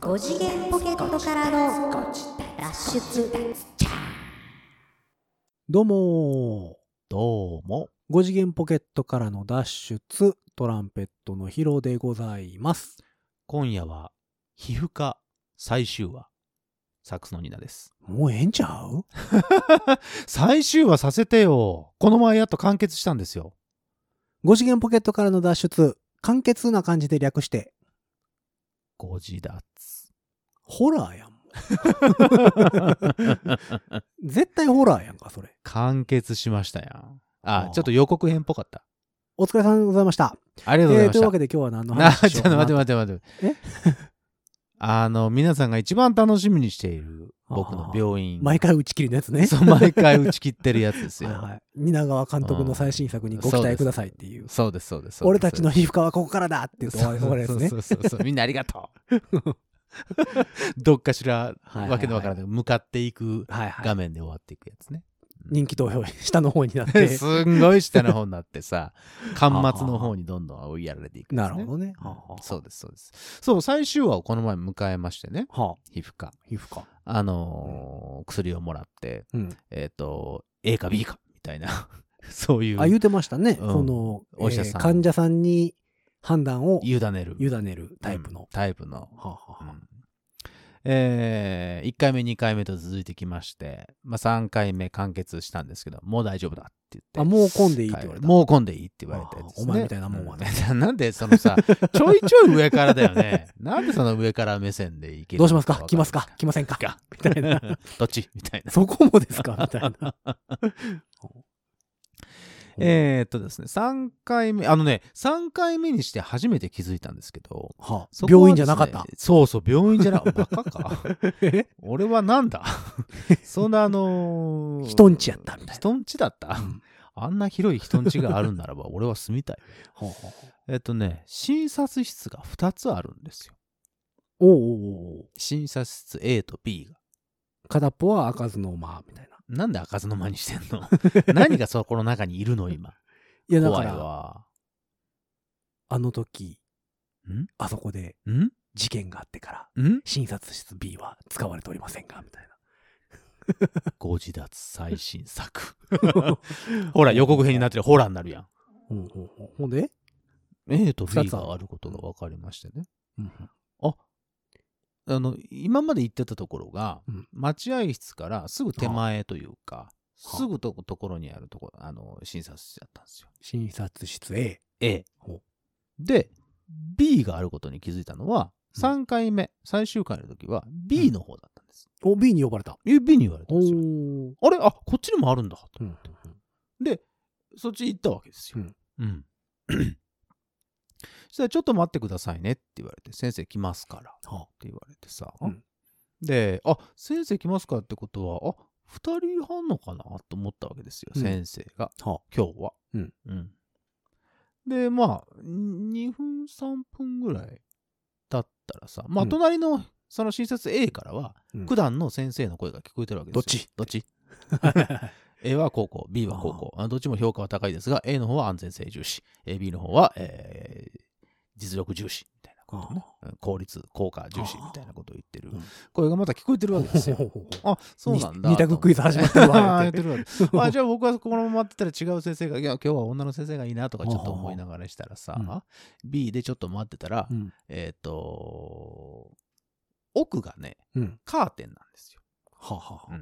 5次元ポケットからの脱出どうもどうも。ー5次元ポケットからの脱出トランペットのヒロでございます今夜は、皮膚科最終話。サックスのニナです。もうええんちゃう 最終話させてよ。この前やっと完結したんですよ。 5次元ポケットからの脱出簡潔な感じで略してご自立。ホラーやんもう絶対ホラーやんかそれ 完結しましたやん。ああ、ちょっと予告編っぽかった。お疲れ様でございましたありがとうございえーまとしいうた。わけで今日は何のな話しちょよっうかとな待って待って待っえて。あの、皆さんが一番楽しみにしている僕の病院。毎回打ち切りのやつねそう、毎回打ち切ってるやつ です よ。はいはい皆川監督の最新作にご期うんそう待ですくださいっていうそうです、そうです。そうです俺たちの皮膚科はここからだって言って終わ終わるやつねそうそうそうそうみんなありがとうどっかしらいはいわけのわからない向かっていくはいはい画面で終わっていくやつね、人気投票下の方に なってすんごい下の方になってさ端末の方にどんどん追いやられていくやなるつね、ほどね。うんはそうですそうですそう最終話をこの前迎えましてねあ、はあ、皮膚科皮膚科。あのー薬をもらってうん。えっ、と A か B かみたいなそういうあ、言うてましたね。うんその、お医者さんえー患者さんに判断を委ねる委ねるタイプうんの。タイプのはあはあはあえ1回目2回目と続いてきまして、まあ、3回目完結したんですけどもう大丈夫だってあ、言って。もう混んでいいって言われた。はいもう混んでいいって言われたやつです、ね、ああお前みたいなもんはねうん なんでそのさちょいちょい上からだよね なんでその上から目線でいけるどうしますか来ますかか来ませんかかみたいな。 どっちみたいなそこもですかみたいな。えーっとですね3回目あのね3回目にして初めて気づいたんですけどはあそ こは病院じゃなかっですたね。そうそう病院じゃなかったバカかえ俺はな んだそんなあのー人んちやったみたいな人んちだったうんあんな広い人んちがあるんな らば俺は住みたい。はあはあえっとね、診察室が2つあるんですよ。おうおうおう診察室 A と B が。片っぽは開かずの間みたいな。なんで開かずの間にしてん の何がそこの中にいるの今。いや、 だか怖いら、わ。あの時ん、あそこでん事件があってから、ん診察室 B は使われておりませんが、みたいな。ご自立最 新作。ほら、予告編になってる。ホラーになるやん。ほんほんほんほんで、 A と二 B つあるがあることが分かりましてね。あの、今まで行ってたところが、うん待合室からすぐ手前というか、はあすぐとところにあるところ、あの、診察室だったんですよ。診察室 A。 A ほう。で、B があることに気づいたのは、うん3回目、最終回の時は B の方だったんです。お、B に呼ばれた。え B に言われたんおですよ。ーあれあ、こっちにもあるんだうと。んで、そっち行ったわけですよ。うん。 そしたら、ちょっと待ってくださいねって言われて、先生来ますからっては言われてさ。うんで、あ、先生来ますからってことは、あ、2人半のかなと思ったわけですよ、うん先生が。あは今日は。うんで、まあ、2分、3分ぐらいだったらさ、まうあ、ん隣の、その診察 A からは、うん普段の先生の声が聞こえてるわけですよ。どっち あ。 A は高校、B は高校。あどっちも評価は高いですが、A の方は安全性重視、えー B の方は、えー実力重視みたいなことね。うん効率、効果重視みたいなことを言ってるうん声がまた聞こえてるわけで すよ。あ、そうなんだ。に二択クイズ始まってるわ あ言言うっててるわけ。 あじゃあ僕はこのまま待ってたら違う先生が、いや、今日は女の先生がいいなとかちょっと思いながらしたはらあはあさ、B でちょっと待ってたらう、ん。えっと、奥がね、うん。カーテンなんですよ。はあはあ。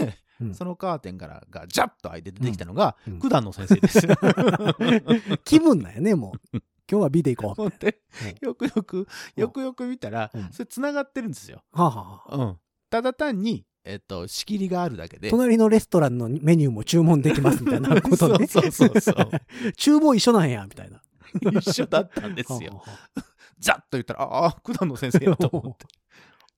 で、うんそのカーテンからがジャッと開いて出てきたのが、うんうん九段の先生 です。気分だよね、も う。今日は B で行こう。ほんでうんよくよく、よくよく見たらうん、それ繋がってるんですよ。はあはあ。うん。ただ単に、えっと、仕切りがあるだけで。。隣のレストランのメニューも注文できますみたいなことね そうそう そうそう。厨房一緒なんや、みたいな。一緒だったんですよ。はあはあざっと言ったら、ああ、九段の先生やと 思って。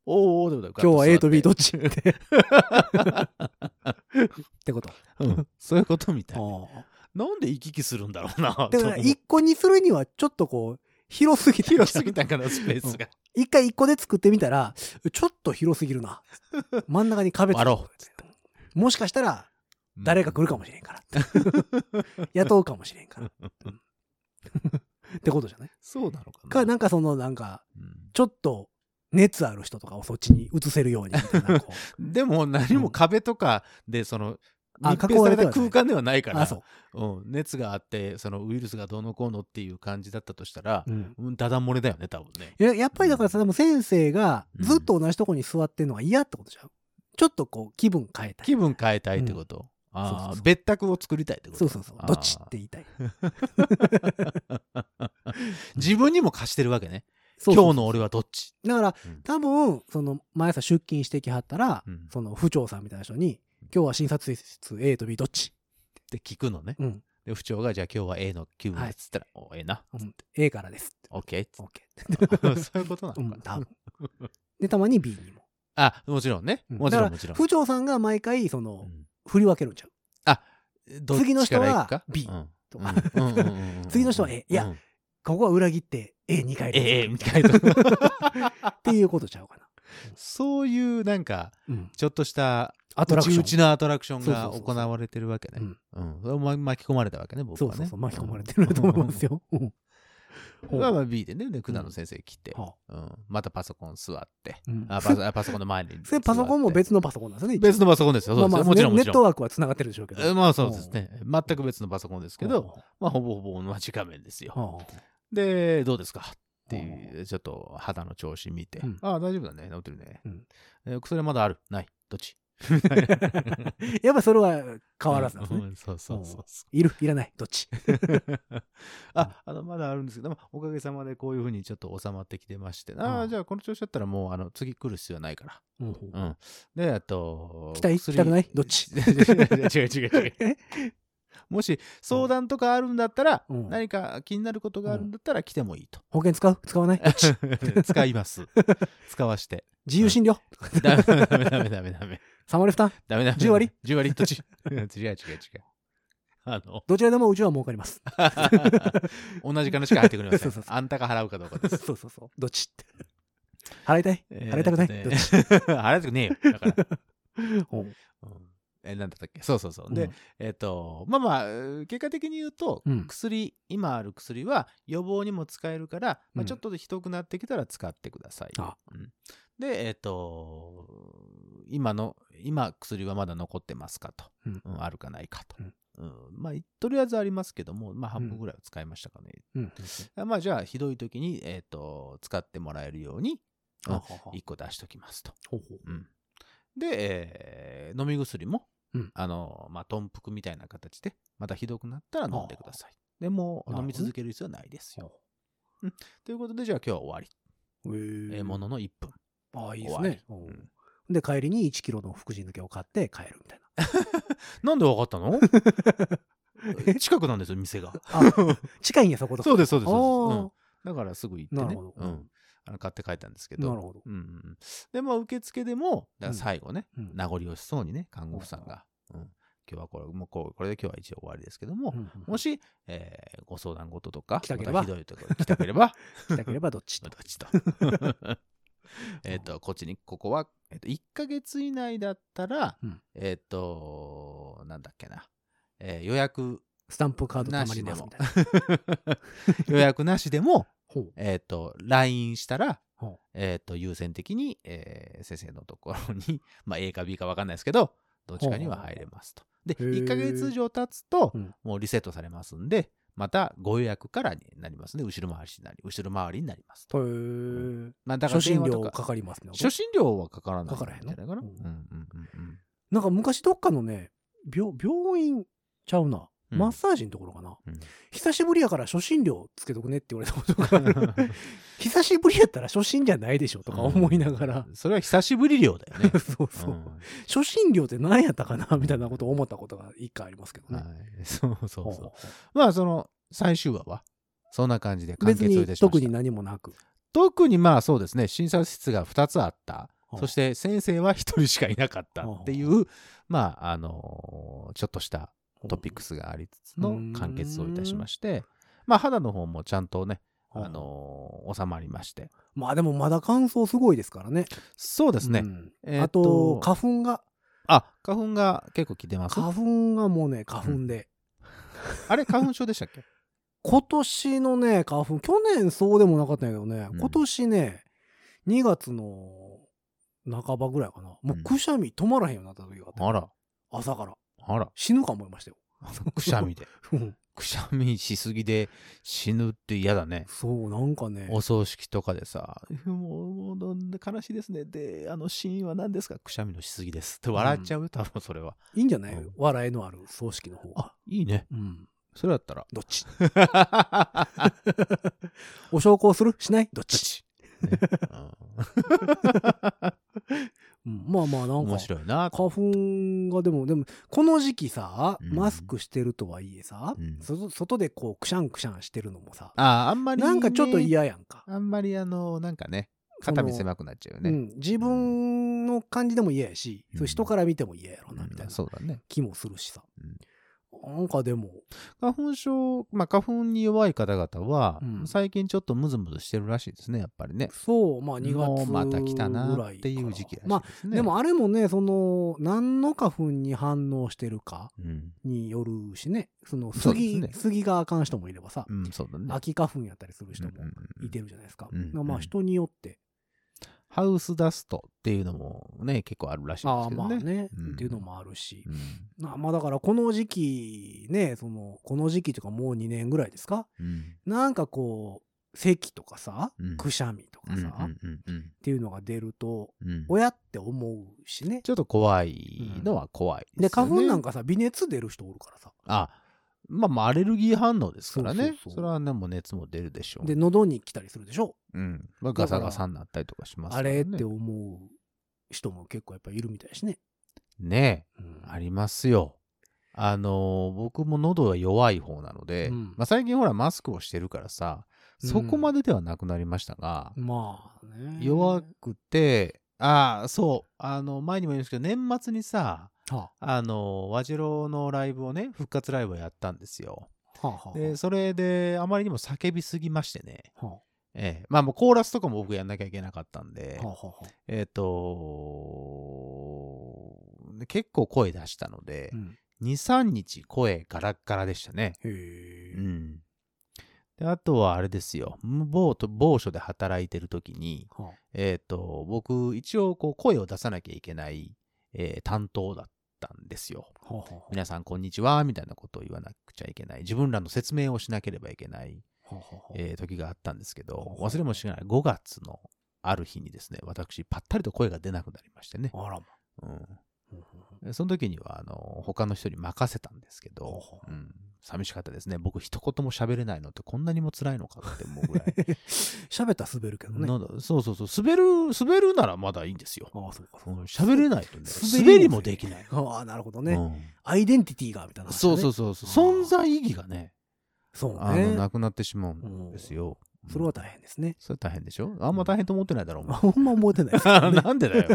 おーおーでも今日は A と B どっっちって。 ってこと。うん。そういうことみたいな。ああなんで行き来するんだろうな。だから一個にするにはちょっとこう、広すぎたんちゃう広すぎたんかな、スペースが。一回一個で作ってみたら、ちょっと広すぎるな。真ん中に壁割ろう。もしかしたら、誰か来るかもしれんから。 雇うかもしれんから。うんってことじゃないそうなのかな。か、なんかその、なんか、うんちょっと熱ある人とかをそっちに移せるようにみ たいなこうでも何も壁とかでそのあ密閉された囲われてはな空い間ではないからあそう、うん、熱があってそのウイルスがどうのこうのっていう感じだったとしたら、うんうん、ダダ漏れだよね多分ねいややっぱりだからさでも先生がうんずっと同じとこに座ってるのは嫌ってことじゃんちょっとこう気分変えたい気分変えたいってこと、ああそうそうそう別宅を作りたいってことそうそうそうあーどっちって言いたい自分にも貸してるわけねそうそう今日の俺はどっちだから、うん多分その毎朝出勤してきはったら、うんその府長さんみたいな人に「今日は診察室 A と B どっちって聞くのね、うんで不調がじゃあ今日は A の気分はでいっつったら、おええなうん A からです」 OK っ つオッケって そういうことなーうのかん多分でたまに B にも、あもちろんねうもちろだかんもちらろん、府長さんが毎回そうのん振り分けるんちゃうどっち次の人はから行くか B うんとか、うんうんうんうんうん 次の人は A いやうんここは裏切って A2 回ええええみたいっなていうことちゃうかな、 そういうなんかうん、ちょっとしたアトラクションうちうちのアトラクションがそうそうそうそう行われてるわけねうんうんそれも巻き込まれたわけね僕そうはそねうそう巻き込まれてると思い ますよ、うんうんまあまあ B でねで管野先生来てはうんまたパソコン座 ってうんあパソパソコンの前に座っそてれパソコンも別のパソコンなんですよね別のパソコンですよそうですまあよまあもちろんねもネちットろんワークはつながってるでしょうけどえまあそうですね全く別のパソコンですけどまあほぼほぼ同じ画面ですよはあで、どうですかっていう、ちょっと肌の調子見て、うんああ、大丈夫だね、治ってるね。うんえー薬まだあるないどっち やっぱそれは変わらずなんですうね。んそうそうそうそいる、いらない、どっち。う。 あ、あの、まだあるんですけど、まあおかげさまでこういうふうにちょっと収まってきてまして、あうあ、んじゃあこの調子だったらもう、あの、次来る必要はないから。うん。で、あと、来たい薬来たくないどっち 違う違う違う違う。もし相談とかあるんだったら、うん何か気になることがあるんだったら来てもいいと。保険使う使 わないどっち使います。使わして。自由診療ダメダメダメダメダメ。 ?3 割負担ダメダメ。 10割 ?10 割 どっち違う違う違う。あの、どちらでもうちは儲かり ます。同じ金しか入ってくれませそんうそう。そあんたが払うかどうかです。そうそうそう。どっちって。払いたい 払いたくないえーどっねち 払いたくねえよ。だ から。うんうんえ、なんだったっけそうそうそう。で、えっと、まあまあ、えー結果的に言うとうん、薬、今ある薬は予防にも使えるから、うまあ、んちょっとひどくなってきたら使ってください。あうんで、えっと、今の、今薬はまだ残ってますかと。うんうんあるかないかとうん。うんまあ、とりあえずありますけども、まあ、半分ぐらいは使いましたかね。うん。あまあ、じゃあ、ひどい時に、えっと、使ってもらえるように、あはは1個出しときますと。ほうほううん、で、えー飲み薬も、うんあのまあ豚腹みたいな形でまたひどくなったら飲んでくださいでもうなるほど飲ねみ続ける必要はないですよ、うん、ということでじゃあ今日は終わり、へーえーものの1分ああ、いいですね。りうんで、帰りに1キロの福神漬けを買って帰るみたいな。なんでわかった の近くなんですよ店が あ近いんや、そことか。そうですそうですそうです、うあんだからすぐ行ってねなるほどうん、あの買って帰ったんですけあどなるほど。うんうんうん、でまあ受付でもだから最後ね、うん名残惜しそうにね看護婦さんが、うん、今日はこれもうこうこれで今日は一応終わりですけども、うんもし、えーご相談事とか、来たければまたひどいところ来たけ れば、来たければどっちまとたちと。 えっと、こっちに、ここは、えっと、1ヶ月以内だったら、うんえっと、なんだっけな、えー予約、 スタンプカードたまりますみたいな。予約なしでも、ほうえっと、LINE したらほう、えっと、優先的に、えー先生のところに、 まあ、A か B かわかんないですけど、どっちかには入れますと。で、ほう1ヶ月以上経つとうん、もうリセットされますんで、またご予約からになりますね。後ろ回しになり、後ろ回りになりますと。へーまあ、だから初電診話と料かかかりますね。初診料はかからないかからへんんのじゃないかうな。うんんうんうんうんなんか昔どっかのね、病病院ちゃうな。うんマッサージのところかな。うん久しぶりやから初診料つけとくねって言われたことがあ る。久しぶりやったら初診じゃないでしょとか思いながら。。それは久しぶり料だよねそう そう。初診料って何やったかなみたいなことを思ったことが一回ありますけうんどはね。いそうそうほうそほう。まあ、その、最終話は、そんな感じでう完別結をいにたしま特しにた。何もなく。特にまあそうですね、診察室が2つあったほ。うそして先生は1人しかいなかったっていう、まあ、あのーちょっとしたトピックスがありつつうのん完結をいたしまして、まあ肌の方もちゃんとね、ほうあのー収まりまして。まあでもまだ乾燥すごいですからね。そうですねう。んえーあと、花粉が。あ、花粉が結構来てます。花粉がもうね、花粉で。あれ、花粉症でしたっけ今年のね、花粉、去年そうでもなかったんやけどね、うん今年ね、 2月の半ばぐらいかな。もうくしゃみ止まらへんようになった時 があって、あら、朝から。あら、死ぬか思いましたよ。 くしゃみで。うんくしゃみしすぎで死ぬって嫌だね。そう、なんかね。お葬式とかでさ、もう、もう、悲しいですね。で、あの死因は何ですかくしゃみのしすぎです。って笑っちゃうよ、多分それは。いいんじゃない、うん笑いのある葬式の方が。あ、いいね。うん。それだった ら。どっちお焼香するしないどっち、ねうん、まあまあなうんんか 面。白いな。花粉がでもでもこの時期さうんマスクしてるとはいえさ、うん外外でこうくしゃんくしゃんしてるのもさあ、あんまり、なんかちょっと。嫌やんか、あんまり、あの、なんかね、肩身狭くなっちゃうよね。ううんん、自分の感じでも嫌やし、うんそう人から見ても嫌やろなみたいなそうだね。気もするしさ、なんかでも花粉症、まあ、花粉に弱い方々は、うん最近ちょっとムズムズしてるらしいですね、やっぱりね。そうまあ2月ぐらいもかうらまた来たなっていう時期らしいですね。まあでもあれもねその何の花粉に反応してるかうん、によるしねそのそうです杉ね杉があかん人もいればさ、うん、そうだね。秋花粉やったりする人もうんうんうんいてるじゃないですか。うんまあまうあん人によって、ハウスダストっていうのもね、結構あるらしいであすあけまどあね。ね、うんっていうのもあるし、うんまあまあだからこの時期ねそのこの時期とかもう2年ぐらいですかうんなんかこう咳とかさ、うんくしゃみとかうんさ、うっんうんうんていうのが出るとうん親って思うしね。ちょっと怖いのは怖いでですよ花ね粉なんかさ微熱出る人おるからさあまあまあアレルギー反応ですからね。そそうそうそうれはね、もう熱も出るでしょう。で喉に来たりするでしょ、うん。まあ、ガサガサになったりとかしますかあられね。って思う人も結構やっぱいるみたいしね。ねうんえ、ありますよ。あのー僕も喉が弱い方なので、うんまあ、最近ほらマスクをしてるからさ、そこまでではなくなりましたが、まあね弱くて、ああ、そう、あの、前にも言いましたけど、年末にさ、はあの、和白のライブをね、復活ライブをやったんですよ。あ、はあはあはあ、で、それで、あまりにも叫びすぎましてね、はええ、まあもうコーラスとかも僕やんなきゃいけなかったんであ、はあはあはあえっ、とで結構声出したのでう、ん2、3日声ガラッガラでしたね。へうえ。ん。で、あとはあれですよ、某と某所で働いてる時に、はえっ、と、僕、一応、こう、声を出さなきゃいけない、えー担当だったんですよ。あはあは皆さん、こんにちは、みたいなことを言わなくちゃいけない。自分らの説明をしなければいけない、あはあはあえー時があったんですけど、ほう忘れもしない5月のある日にですね、私、ぱったりと声が出なくなりましてね。あらまううんうんん。その時には、あの、他の人に任せたんですけほうどほ、う。うん寂しかったですね。僕、一言も喋れないのってこんなにも辛いのかって思うぐら い。喋ったら滑るけどね。なんだそうそうそう。滑る、滑るならまだいいんですよ。ああ、そうか、うそうんか。喋れないとねす滑りもできない。ああ、なるほどね、うアイデンティティが、みたいんな、そうそうう。そうそう。存在意義がね、そうあの、ね。なくなってしまうんですよ。それは大変ですね。 それ大変でしょあんま大変と思ってないだろう、お前ほんま思ってないですけどね。い なんでだよ。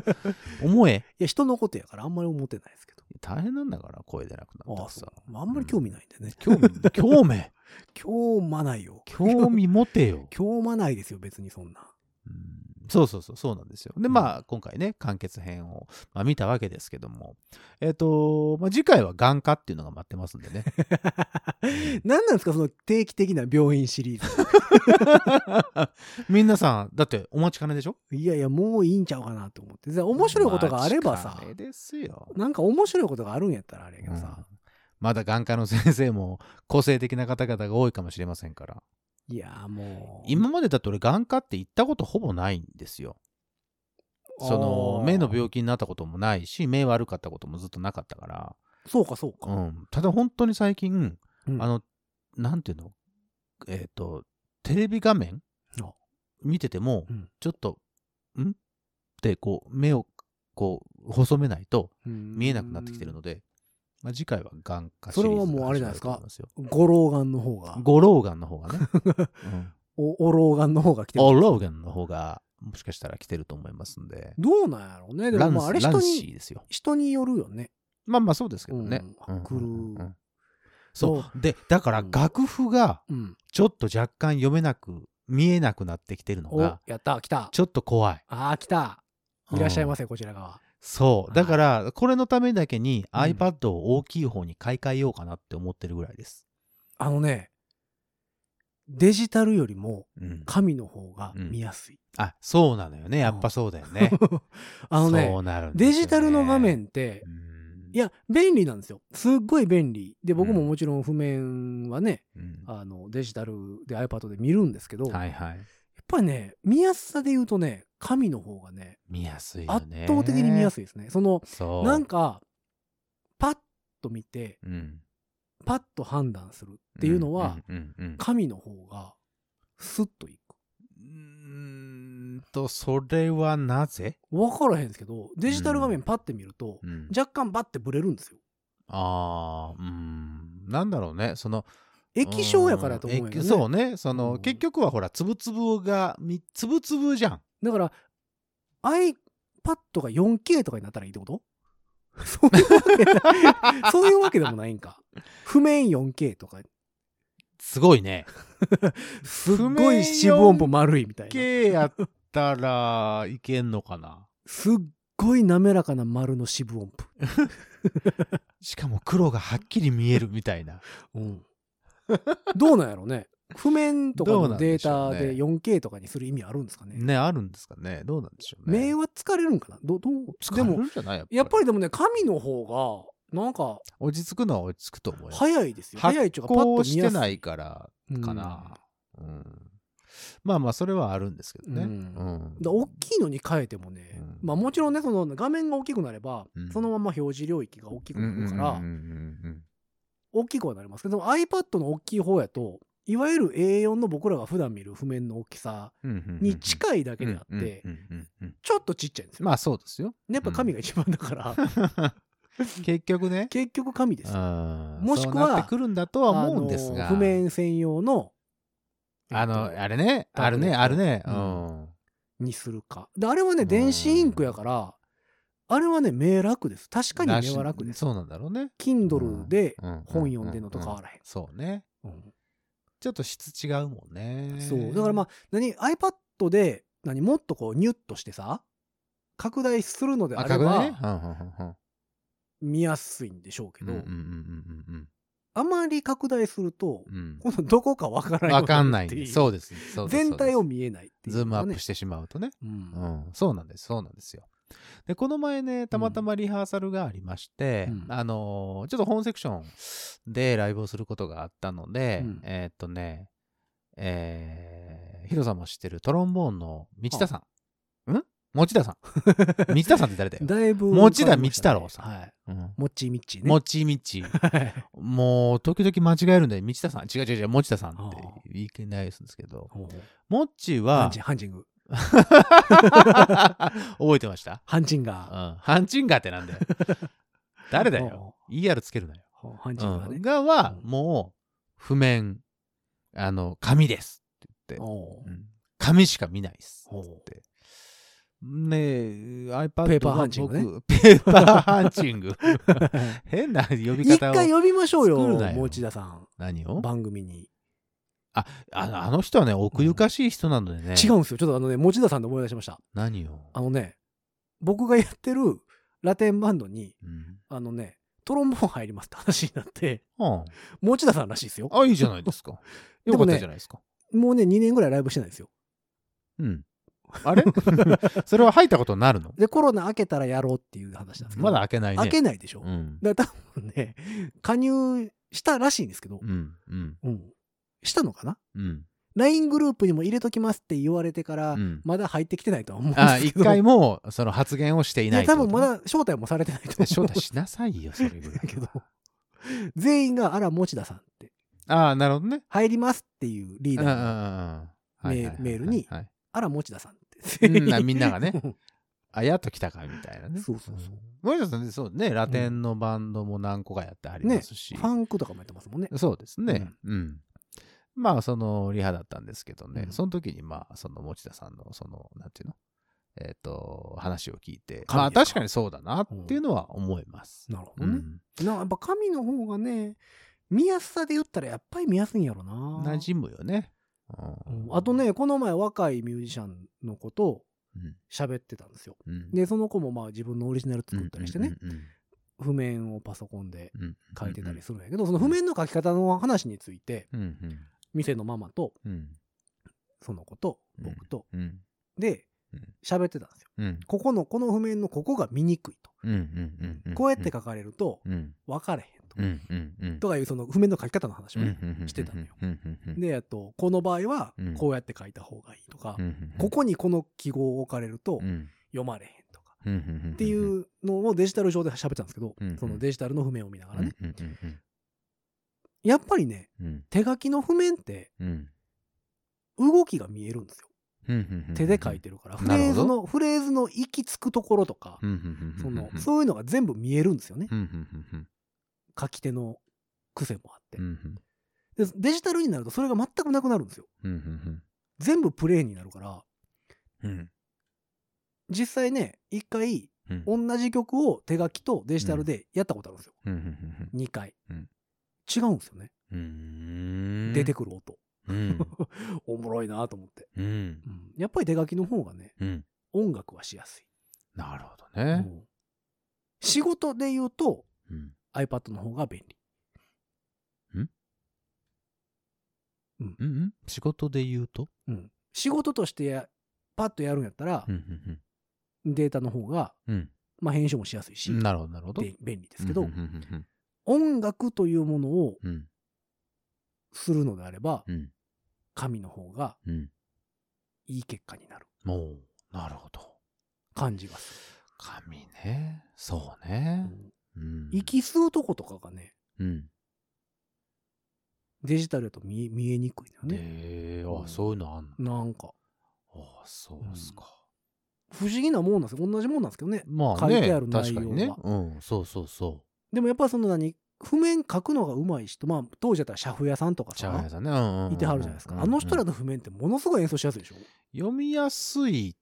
思え。や、人のことやからあんまり思ってないですけ大変なんだから、声出なくなど。ったあらあ、そさう。。まああんまり興味ないんでね。興味、興味、興まないよ。 興味持てよ。興まないですよ、別にそんな。うんそうそうそう、そうなんですよ。で、まあ、今回ね、完結編を、まあ、見たわけですけども、えっ、と、まあ、次回は眼科っていうのが待ってますんで ね。何なんですか、その定期的な病院シリーズ。 みんなさん、だってお待ちかねでしょいやいや、もういいんちゃうかなと思って。で面白いことがあればお待さち、かねですよ。なんか面白いことがあるんやったらあれやけどさ、うんまだ眼科の先生も個性的な方々が多いかもしれませんから。いやーもう。今までだって俺眼科って行ったことほぼないんですよ。あーその目の病気になったこともないし、目悪かったこともずっとなかったから。そうかそううか。ん。ただ本当に最近、うんあの、なんていうのえっ、と、テレビ画面あ見ててもうん、ちょっと、んってこう、目をこう、細めないと、見見えなくなってきてるので、まあ、次回は眼科それはもうあれじゃないですかご老眼の方が、ゴローガンの方がね。 うんおお老眼の方が来てオる。ローガンの方が、もしかしたら来てると思いますんで。どうなんやろうね。でラもンまああれスラ人ンシに、ーですよ。人によるよね。まあまあそうですけどね。うんうん来るうんうんそ。そうで、だからうん楽譜がうん。ちょっと若干読めなく、見えなくなってきてるのお、がや、った、来た。ちょっと怖い。ああ、来た。いらっしゃいませ。せ、こちら側。そう。だから、これのためだけにうん iPad を大きい方に買い替えようかなって思ってるぐらいです。あのね、デジタルよりもうん紙の方が見やすい。あ、そうなのよね。やっぱそうだよね。 あのそねうなるんですよねデジタルの画面ってう、んいや、便利なんですよ。すっごい便利。で、僕ももちろん譜面はね、うんあのデジタルで iPad で見るんですけど、やっはいはい。ぱりね、見やすさで言うとね、紙の方がね、見やすいよ圧ね。倒的に見やい。すいですね。その、そう。なんか、パッと見て、うん、パッと判断するっていうのは、うん、うんうんうん紙の方が、スッといく。うーんと、それはなぜ、分からへんですけど、デジタル画面パッて見ると、うん、若干バッてブレるんですよ。ああ、うん。なんだろうね。その、液晶やからやと思うんよ液ね。そうね。その、うん結局はほら、つぶつぶが、みつぶつぶじゃん。だから、iPad が 4K とかになったらいいってこと そういうわけ だそういうわけでもないんか。譜面 4K とか、すご いね。すっごい四分音符丸いみたいな。 K やったらいけんのかな。すっごい滑らかな丸の四分音符。しかも黒がはっきり見えるみたいな。うん。どうなんやろうね。譜面とかどうなのんでデーしょうタねで 4K とかにする意味あるんですかね。ね、あるんですかね。どうなんでしょうね。目は疲れるんかなどどうででも、も、じゃないやっぱりやっぱりでもね、紙の方が、なんか、落ち着くのは落ち着くと思います。早いですよ。発早いっていうか、パッことう見しやてすい。ないからかな。うん。まあまあ、それはあるんですけどね。ううんん。だ大きいのに変えてもね、うんまあもちろんねその画面が大きくなれば、うんそのまま表示領域が大きくなるから、うんうんうんうん大きくはなりますけどでも iPad の大きい方やといわゆる A4 の僕らが普段見る譜面の大きさうんうんうんうんに近いだけであって、うんうんうんうんちょっとちっちゃいんですよ。まあそうですよ。やっぱ紙が一番だから、 結局ね。結局紙ですよ。ももしくはそうなってくるんだとは思うんですあが。の譜面専用のあの、えっとあれね。あるね、タあブるレね。ううんん。にするか。であれはねうん電子インクやから、あれはね目楽です。確かに目は楽でだしす。そうなんだろうね。 Kindle でうんうんうん本読んでんのと変わらへん。そうね。うんちょっと質違うもんね。そう。だからまあ、何 ?iPad で、何もっとこう、ニュッとしてさ、拡大するのであれ赤くないね。ば、見やすいんでしょうけうんどうんうん、うんあまり拡大するとう、んうん。今度どこかわからない。わかんないね。う。そうです。そうです全体をそう見えないってでいすうズームのアがねップしてしまうとね。う。うんん。そうなんです。そうなんですよ。で、この前ね、たまたまリハーサルがありまして、うんあのーちょっと本セクションでライブをすることがあったので、うんえーっとね、えー、ヒロさんも知ってるトロンボーンの道田さん。ん持 田さん。道田さんって誰だよ。だいぶ、持田道太郎さんはい。うんもっちみっちね。もちみち。はいもう、時々間違えるんで、道田さん、違う違う違う、持田さんって言いけないでするんですけど、ほうほうもっちハはンチ、ン、ハンチング。 覚えてましたハンチンうガー。ん。ハンチンガーってなんだよ。誰だよ。よ。 ER つけるなよ。ほうハンチンガーうねん、。がは、うんもう、譜面、あの、紙ですって言って、ほううん紙しか見ないです。ほうって。ねえ、iPad ペーパーハンチングね 僕ペーパーハンチング。 変な呼び 一方を。回呼びましょう作るなよ、よもちださん。何を番組に。あのあの人はね、奥ゆかしい人なのでね。違うんですよ。ちょっとあのね、持田さんで思い出しました。何を、あのね、僕がやってるラテンバンドに、うんあのね、トロンボーン入りますって話になって、 あ持田さんらしいですよ。ああ、いいじゃないですか。 でよかもっねたじゃないですか。もうね、2年ぐらいライブしてないんですよ。 うん。あれ それは入ったことになるので、コロナ明けたらやろうっていう話なんですけど。まだ開けないね。開けないでしょ。うん。だから多分ね、加入したらしいんですけどう、ん。うん。うん。したのかなうん。 ?LINE グループにも入れときますって言われてから、うんまだ入ってきてないとは思うんでああ、す一けど。回も、その発言をしていいなや、いって多ことね。分まだ招待もされてないと思う。招待しなさいよ、それぐらい。けど、 全員が、あら、持田さんって。ああ、なるほどね。入りますっていうリーうんうんうんうんダーに、はいはいはいはいメールにはいあら、持田さんって。うんあみんなが ねあ、やっと来たか、みたいなね。そうそうそう。森田さんね、そうね、ラテンのバンドも何個かやってありますし。ファンクとかもやってますもんね。そうですね。うん。まあ、その、リハだったんですけどね、うんその時に、まあ、その、持田さんの、その、なんていうのえっ、と、話を聞いて、神まあ、ですか確かにそうだなっていうのは思います。なるほうどね。ん。なやっぱ神の方がね、見やすさで言ったらやっぱり見やすいんやろな。馴染むよね。うんあと、ね、この前若いミュージシャンの子とうん喋ってたんですよ。うん、で、その子もまあ自分のオリジナル作ったりしてね、うん、うん譜面をパソコンでうんうん書いてたりするんやけど、その譜面の書き方の話について、うんうん店のママと、うん。その子と、僕と、うん。でうん、喋ってたんですよ。うん。ここの、この譜面のここが見にくいと。うん。うん。うん。こうやって書かれると、うん。分かれへんと。うん。うん。うん。とかいう、その譜面の書き方の話をね。うん。うん。うん。で、えっと、この場合はうん、こうやって書いた方がいいとかう、ん。ここにこの記号を置かれるとう、ん。読まれへんとか。うん。うん。ってい。うのをデジタル上で喋ってたんですけどう、んそのデジタルの譜面を見ながらうんね。。うん。やっぱりね、うん。手書きの譜面ってうん。動きが見えるんですよ。うん。手で書い。てるから。フなるレーほズどの、フレーズの息つくところとかう、ん。その、そういうのが全部見えるんですよね。うん。うん。書き手の癖もあってう。ん。でデジタルになるとそれが全くなくなるんですよ。うん。うん。全部プレイになるから、うん。実際ね、一回、うん。同じ曲を手書きとデジタルでやったことあるんですよ。うん。 2回うん。違うんですよね。うん。出てくる音。うん。おもろいなと思って。うんう。んやっぱり手書きの方がね、うん。音楽はしやすい。なるほどうね。ん仕事で言うとうん。 iPad の方が便利。うん。仕事で言うと。うん仕事としてやパッとやるんやったらう、ん。データの方が、うん。まあ、編集もしやすいし、なるほど、なるほど。で便利ですけど、うん。音楽というものをうん。するのであれば、うん。紙の方がうん。いい結果になるもう、なるほど。感じがす紙ね。そうる。うね。んうん。息吸うとことかがね、うん。デジタルだと見え見えにくいのよね。で、うんあ、そういうのあんの。なんか、あ、そうっすか。不思議なもんなんですよ。同じもんなんですけどね。まあ書いてあねる、内確容はかにね。うん、そうそうそでもやっぱりその何、譜面書くのが上手い人、まあ当時だったら社風屋さんとかう。チャーさヤ、さんね。うんうんうん。いてはるじゃないですか。うんあの人らの譜面ってものすごい演奏しやすいでしょ。読みやすい、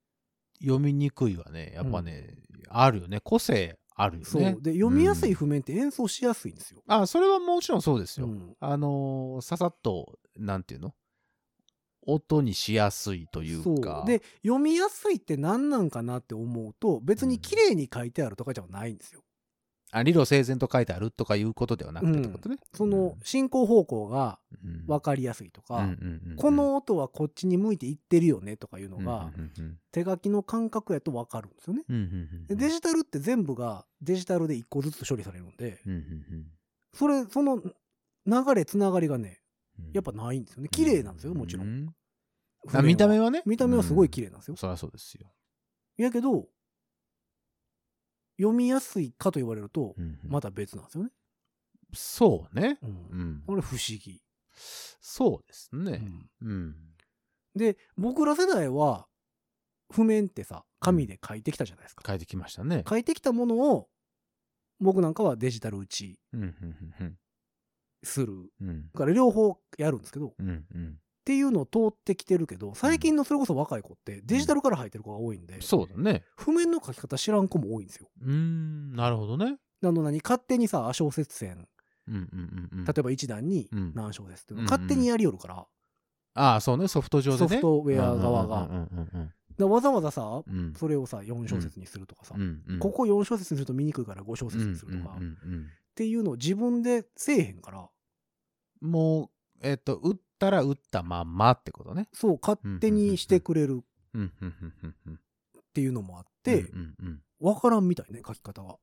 読みにくいはね、やっぱね、あるよね。個性あるよね。そう。で、読みやすいうん譜面って演奏しやすいんですよ。あ、それはもちろんそうですうよ。ん。あのーささっと、なんていうの音にしやすいというか。そうで読みやすいって何なんかなって思うと別に綺麗に書いてあるとかじゃないんですよ。あ、理路整然と書いてあるとかいうことではなくてってことね。その進行方向がうん、分かりやすいとか、うんうんうんうんこの音はこっちに向いていってるよねとかいうのうんうんがうん手書きの感覚やと分かるんですよね。うんうんうでんデジタルって全部がデジタルで一個ずつ処理されるんでうんうんうんそれその流れつながりがねうんやっぱないんですよね綺麗なんですよもちろん。う譜面あは見た目はね。見た目はすごい綺麗。麗なんですよ。そりゃそうですよ。やけど読みやすいかと言われるとまた。た別なんですよね。そうね。ううんんこ。れ不思議。そうですうね。んうん。で僕ら世代は譜面ってさ紙で書いてきたじゃないですか。変えてきましたね。書いてきたものを僕なんかはデジタル打ちうんうんうんするうんから両方やるんですけどっうんうんていうのを通ってきてるけど最近のそれこそ若い子ってデジタルから入ってる子が多いんで、うん。そうだね。譜面の書き方知らん子も多いんですよ。うーん、なるほどね。なの何勝手にさ小節線うんうんうんうん例。えば一段にうん何小節っていうのうん勝手にやりよるからああ、そうね。ソフト上でソね。フトウェア側うが。んうんうんだわざわざさうんうんそれをさ4小節にするとかさうんうんうん。ここ4小節にすると見にくいから5小節にするとかうんうっんうんうんていうのを自分でせえへんからもう、えっ、と、打ったら打ったまんまってことね。そう勝手にしてくれるうん、うん、うん、うん。っていうのもあって、うん、うん。わからんみたいね、書き方が。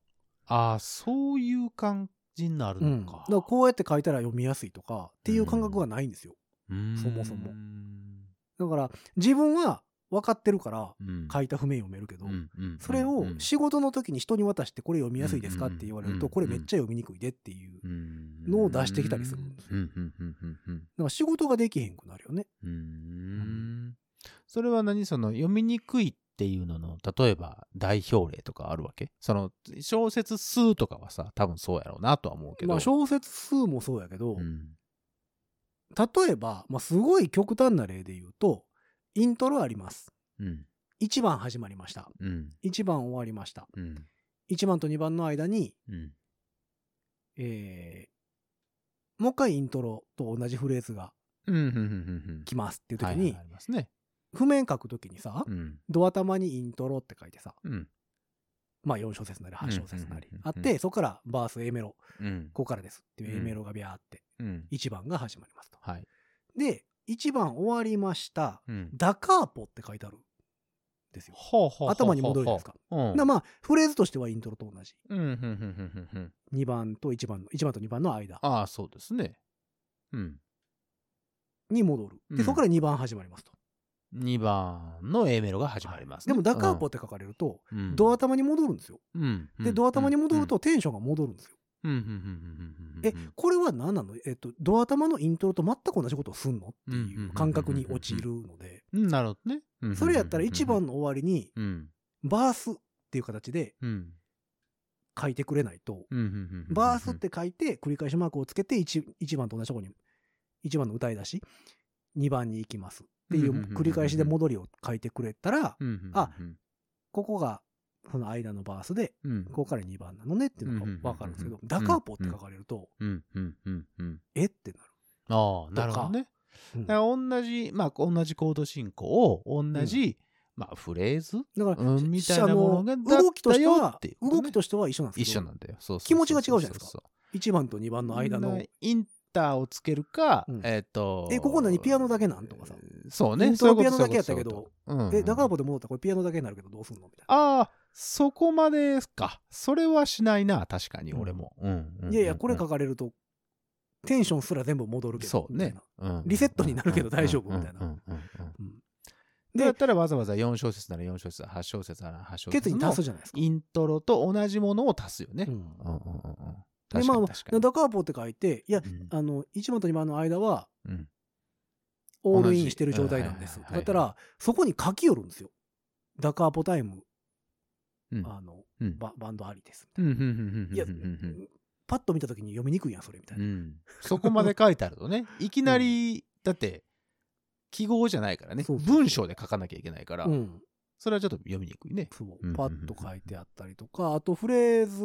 ああ、そういう感じになるうん。だのかか。らこうやって書いたら読みやすいとかっていう感覚がないんですよ。うーんそもそもだから自分は分かってるからうん。書いた譜面読めるけど、うんうんそれうをん仕事の時に人に渡してこれ読みやすいですかって言われると、うんこれめっちゃ読みにくいでっていう。だのを出してきたりするんですうよん、うん、うん、うんうんから仕事ができへんくなるよね。うん。うーん。それは何その、読みにくいっていうのの、例えば代表例とかあるわけその、小説数とかはさ、多分そうやろうなとは思うけど。まあ小説数もそうやけど、うん。例えば、まあ、すごい極端な例で言うと、イントロあります。うん。 1番始まりました。うん。 1番終わりました。うん。 1番と2番の間に、うん。えーもう一回イントロと同じフレーズがうん。うん。うん。来ますっていうは時いはいにあ、りますね。譜面書く時にさ、うん。ドア頭にイントロって書いてさ、うん。まあ4小節なり8小節なりうんうんうんうんあって、そこからバース A メロ、うん。ここからですっていう A うんメロがビャーって、うん。 1番が始まりますと。はい。で、1番終わりました。うん。ダカーポって書いてあるんですよ。はあはあはあ頭に戻るじゃないですか。うん。なまあ、フレーズとしてはイントロと同じ。うん、うん、うん、うん、うん。 2番と1番の、1番と2番の間ああ、そうですね。うん。に戻る。うで、んそこから2番始まりますと。 2番の A メロが始まります、でねも、ダカーポって書かれると、うん、うんド、頭に戻るんですよ。うん、で、ド頭に戻るとテンションが戻るんですよ。うん、うん、うん、うん、うん、え、これは何なのえっと、ド頭のイントロと全く同じことをすんのっていう感覚に陥るので、うん、なるほどね。うんそれやったら1番、の終わりに、うん、バースっていう形でうん、書いてくれないと、うん、うんうん、うんバースっ、て書いて、繰り返しマークをつけて1、1番と同じとこに、1番の歌い出し、2番に行きますっていううんうんうんうん繰り返しで戻りを書いてくれたら、うんうん、あ、ここが、その間のバースで、うん、ここから2番なのねっていうのうんうんうんうんがわかるんですけど、ダカーポって書かれると、うん、うん、うん、うん。えってなる。ああ、なるほどね。うんだから同じ、まあ、同じコード進行を、同じ、まあ、フレーズ、だから、うん、みたいなものがあの動きとしてだったよはっていう、ことね動きとしては一緒なんです一け緒ど、なんだよ。そうそうそうそう気持ちが違うじゃないですかそ1番と2番うの間のな、インターをつけるか、うんえっ、と。えここ何ピアノだけなんとかさ。そうね。イントロそういうピアノことだけやったけど、そういうことうんうんえ、ダカーポで戻ったらこれピアノだけになるけどどうすんのみたいな。ああ、そこまでか。それはしないな、確かに、俺も。うんうんいやいや、これ書かれると、テンションすら全部戻るけど、そうみたいねな。。うんリセットになるけど大丈夫みたい。なうんうんうんうんうんうんで、やっで、たらわざわざ4小節なら4小節、8小節なら8小節。ケツに足すじゃないですか。イントロと同じものを足すよね。ううんんうんうんうんうん。で、確まかにあ確か、に。ダカーポって書いて、いや、うんあの、1番と2番の間は、うんオールインしてる状態なんです同。じうんだったら、そこに書き寄るんですよ。ダカーポタイム、うんあの、うんババンドありです。うんうんうんうんうんうんうんいやうんパッと見た時に読みにくいやん、それみたいうな。んそこまで書いてあるとね、 いきなり、だって、記号じゃないからね、そうそうそう文章で書かなきゃいけないから、うん。それはちょっと読みにくいね。そうう。んパッと書いてあったりとか、あとフレーズ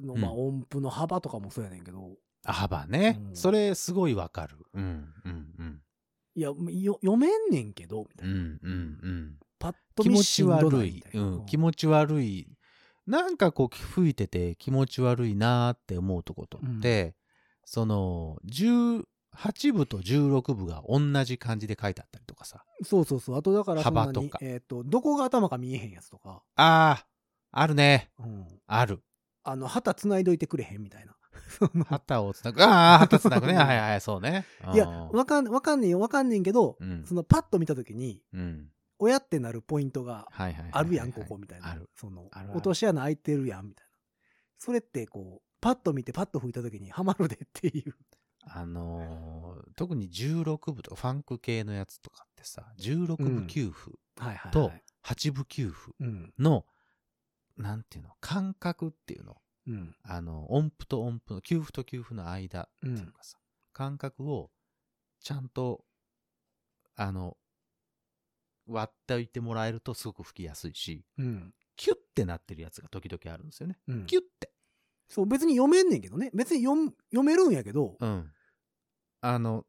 の、まあ、う音符の幅とかもそうやねんけど、あ幅ね、うんそれすごいわかる。うんうんうんいや、よ読めんねんけど、みたういな。んうんうん。パッと気見持しちんどな悪いみいた。いな。うん、気持ち悪い。なんかこう吹いてて気持ち悪いなーって思うとことって、その18部と16部が同じ感じで書いてあったりとかさ。そうそうそう。あとだからそんなに、幅とかえっ、と、どこが頭か見えへんやつとか、ああ、あるね。うん。ある。あの、旗繋いどいてくれへんみたいな。 旗をつなぐ。ああ、旗つなぐね。はいはい、そうね。うんいや、わかん、わかんねんよ、わかんねんけど、うんそのパッと見たときに、うん。親ってなるポイントがはいはいはいはい。あるやん、ここ、みたいな。ある。そのあるあ、る落とし穴開いてるやん、みたいな。それって、こう、パッと見て、パッと吹いた時にハマるでっていう。あのー特に16部とかファンク系のやつとかってさ、16う部ん9譜はいはい、と8部9譜うん。の、なんていうの、感覚っていうの。うん。あの、音符と音符の、9譜と9譜の間っていうかさ、感覚をちゃんと、あの、割っておいてもらえるとすごく吹きやすいし、うん。キュッてなってるやつが時々あるんですよね。うん。キュッて。そう、別に読めんねんけどね。別に読む読めるんやけど、うん。あの、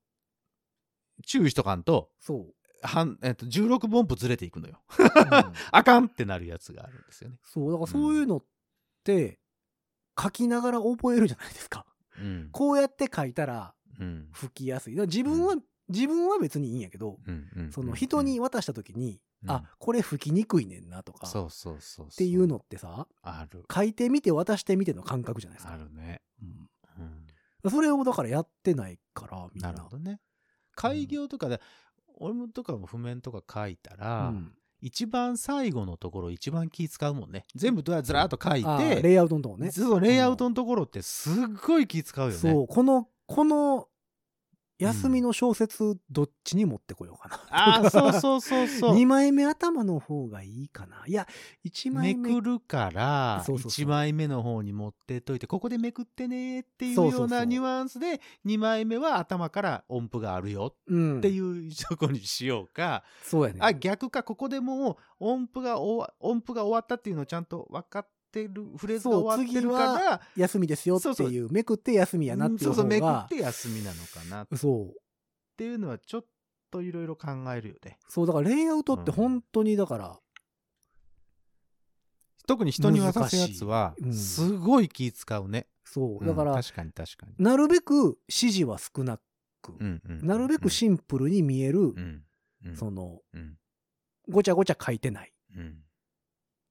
注意しとかんと、 そう。はんえっと、16分音符ずれていくのよ。 うんあかんってなるやつがあるんですよね。そう、だからそういうのって、書きながら覚えるじゃないですか。うん。こうやって書いたらうん。吹きやすい。だから自分は、自分は別にいいんやけど、うんうんその人に、渡した時に、うんあ、これ吹きにくいねんなとか、そうそうそう。っっていう。のってさ、ある。書いてみて渡してみての感覚じゃないですか。あるね。うんうん。それをだからやってないから、みんな。なるほどね。開業とかで、俺もとかも譜面とか書いたうら、ん。一番最後のところ一番気使うもんね。全部ずらずらっと書いあーて、レイアウトのとこね。そうレイアウトのところってすっごい気使うよね。そう、この、この、休みの小説、どっちに持ってこようかな。ああ、そうそうそ う そう。 2枚目頭の方がいいかな。いや、1枚め目。くるから、そうそうそう1枚目の方に持ってっといて、ここでめくってねーっていうそうそうそよううなニュアンスで、2枚目は頭から音符があるようん。っていう とこにしようか、そうやね。あ、逆か、ここでもう音符が終わ、音符が終わったっていうのをちゃんと分かってる、フレーズが終わってるか休みですよっていう、そうそめくって休みら、やなっていうそうそう、方めくがっ、て休みなのかなっそう。ていうのはちょっといろいろ考えるよね。そう、だからレイアウトって本当に、だから、特に人に渡すやつは難しいうんすごい気使うね、そううんだから、確かに確かに、なるべく指示は少なく、うんうんなるべくシンプルに見える、うんうんそのうんごちゃごちゃ書いてないっうん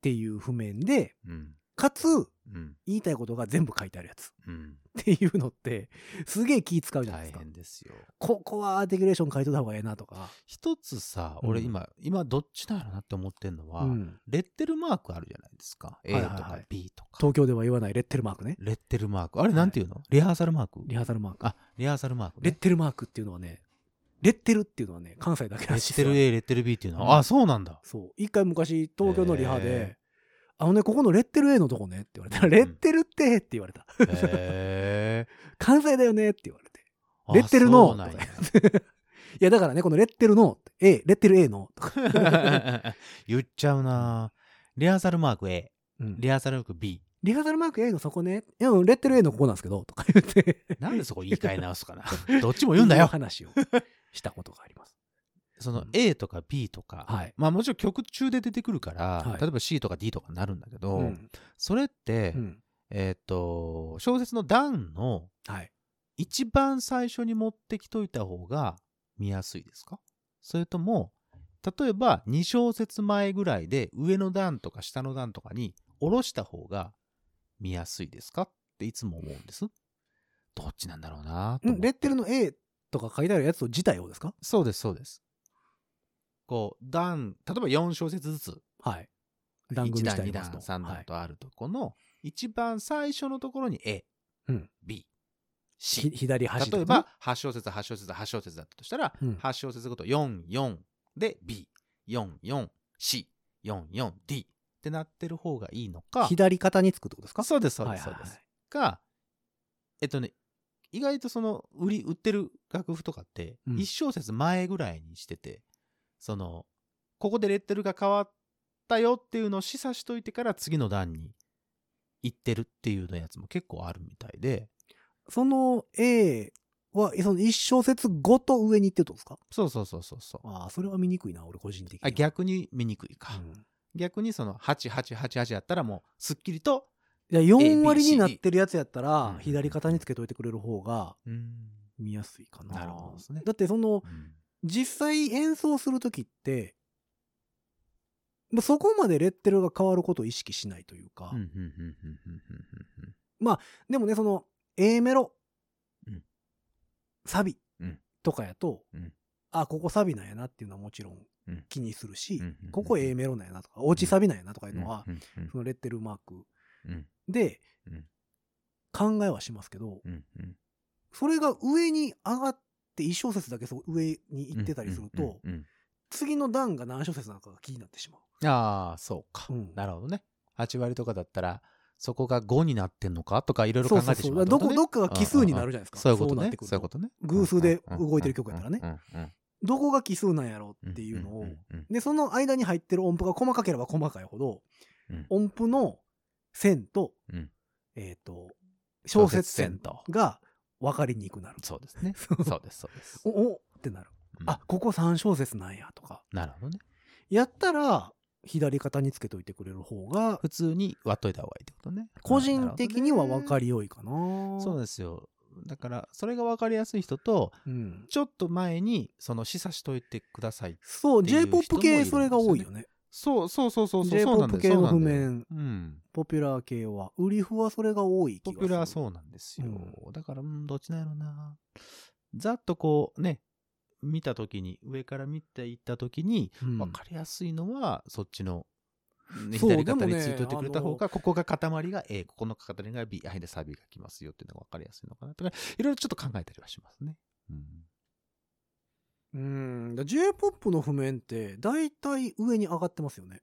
ていう譜面でうんかつうん言いたいことが全部書いてあるやつ うんっていうのってすげえ気使うじゃないです大か変ですよここはアーティキュレーション書いといた方がええなとか、一つさうん俺今、今どっちだろうなって思ってんのは、うんレッテルマークあるじゃないですか A いはといはいか B とか、東京では言わないレッテルマークねレッテルマークあれなんていうの、リハーサルマークリハーサルマークあリハーサルマーク、レねッ、テルマークっていうのはねレッテルっていうのはね関西だけレらしいッですテよル A レッテル B っていうのは、うんあそうな んだそう一回昔東京のリハで、へあのねここのレッテル A のとこねって言われたら、レッテルってって言われたへ関西だよねって言われてーレッテルのあそうなんや いやだからねこのレッテルの A レッテル A のとか、言っちゃうなリハーサルマーク A リハーサルマーク B リハーサルマーク A のそこねいやうんレッテル A のここなんですけどとか言ってなんでそこ言い換え直すかなどっ ちも言うんだっていうよ話をしたことがありますその A とか B とか、はいまあもちろん曲中で出てくるから、はい例えば C とか D とかになるんだけど、うんそれって、うんえーっと小説の段のはい一番最初に持ってきといた方が見やすいですかそれとも例えば2小節前ぐらいで上の段とか下の段とかに下ろした方が見やすいですかっていつも思うんです。どっちなんだろうなと思っんてレッテルの A とか書いてあるやつを自体をですかそうですそうです。こう段例えば4小節ずつはい1段あ2り段3は段いとあるとこの一番最初のところに A、うん、 B ひ左端とか例ねえば、8小節8小節8小節だったとしたら、うん8小節ごと44で B44C44D ってなってる方がいいのか左肩につくってことですかそうですそうはでいすはいうそはいですかえっとね意外とその売り売ってる楽譜とかってうん1小節前ぐらいにしてて、そのここでレッテルが変わったよっていうのを示唆しといてから次の段に行ってるっていうのやつも結構あるみたいでその A はその1小節ごと上に行ってるってことですかそうそうそうそうそうああそれは見にくいな俺個人的にはあ逆に見にくいか、うん逆にその8888やったらもうすっきりと、いや A 4割になってるやつやったうんら左肩につけといてくれる方が見やすいかななるほどですねだってその実際演奏する時ってまあそこまでレッテルが変わることを意識しないというか、うんうんうんうんうんでもねその A メロ、うんサビうんとかやと、うんあここサビなんやなっていうのはもちろんうん気にするし、うんうんうんここ A メロなんやなとかおうちサビなんやなとかいううんうんのは、うんうんそのレッテルマークうんでうん考えはしますけど、うんうんそれが上に上がって1小節だけそう上に行ってたりすると、うんうんうん次の段が何小節なのかが気になってしまう。うんああそうか、うんなるほどね8割とかだったらそこが5になってんのかとかいろいろそ考うそえうてしそうまうだからどこどっかが奇数になるるじゃないですか。そういうことねなってくるそういうことね偶数で動いてる曲やったらねうんうんうんどこが奇数なんやろうんっていうのを、んんうんでその間に入ってる音符が細かければ細かいほど、うん音符の線と,、うんえっと小節小節線線とが分かりにくくなる。そうですね そうそうですそうですおおってなる。うんあここ3小節なんやとか。なるほどねやったら左肩につけといてくれる方が普通に割っといた方がいいってことね個人的には分かりりよいかな。そうですよ。だから、それが分かりやすい人と、うんちょっと前に、その示唆しといてください。そう、っていう人もいるんで J-POP すよね系それが多いよね。そうそうそうそうそう、そうなん J-POP です系そのうな譜んだよ面、うん。ポピュラー系は。売り譜はそれが多い気ポがする。ピュラーはそうなんですよ。だから、うん、どっちなんやろな。ざっとこう、ね、見たときに、上から見ていったときに、うん。分かりやすいのは、そっちの、ねそう左でも肩にねついといてくれた方あが、ここが塊が A、ここの塊が B、あでサビがきますよっていうのが分かりやすいのかなとか、いろいろちょっと考えたりはしますね。うん。うん。だ J-POP の譜面って、大体上に上がってますよね。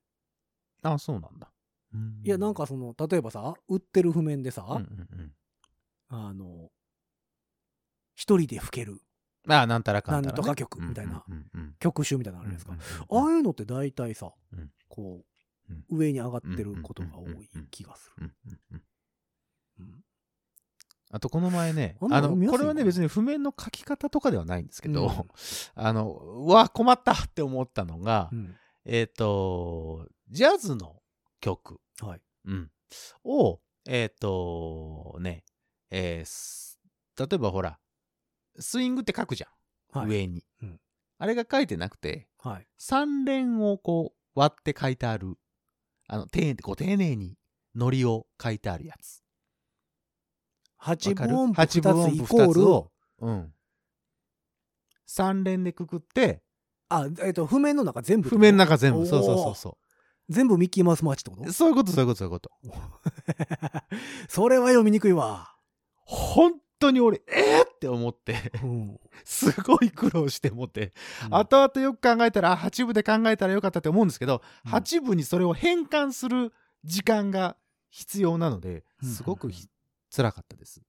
あ、そうなんだ。うんいや、なんかその、例えばさ、売ってる譜面でうんうさ、んあの、一人で吹けるうん、ああ、なんたらかんたなら、ね。んとか曲みたいなうんうんうん曲集みたいなのあうんるじゃないですか。うんうあんあいうのって大体さうん、こううん、上に上がってることが多い気がする。うんうんうんうんあと、この前ね あ、んなあのの、見やすいこれはね、別に譜面の書き方とかではないんですけど、うんあの、 うわ、困ったって思ったのが、うんえっ、と、ジャズの曲、はいうん、を、えっ、とね、えーす例えばほら、スイングって書くじゃん、はい。上に、うんあれが書いてなくて、はい。三連をこう割って書いてある、あの、丁ご丁寧に、ノリを書いてあるやつ。八わかる分音符八分2音つイ符コー2つル、を、うん。三連でくくって、あ、えっ、と、譜面の中全部。譜面の中全部、おーそうそうそうそ全部ミッキーマウスマーチってこ う。そういうこと、そういうこと、そういうこと。とそれは読みにくいわ。本当に俺、えー、って思って、 うん。すごい苦労してもて、後々よく考えたら、あ8部で考えたらよかったって思うんですけど、うん8部にそれを変換する時間が必要なので、うんすごくひ辛かったです。だ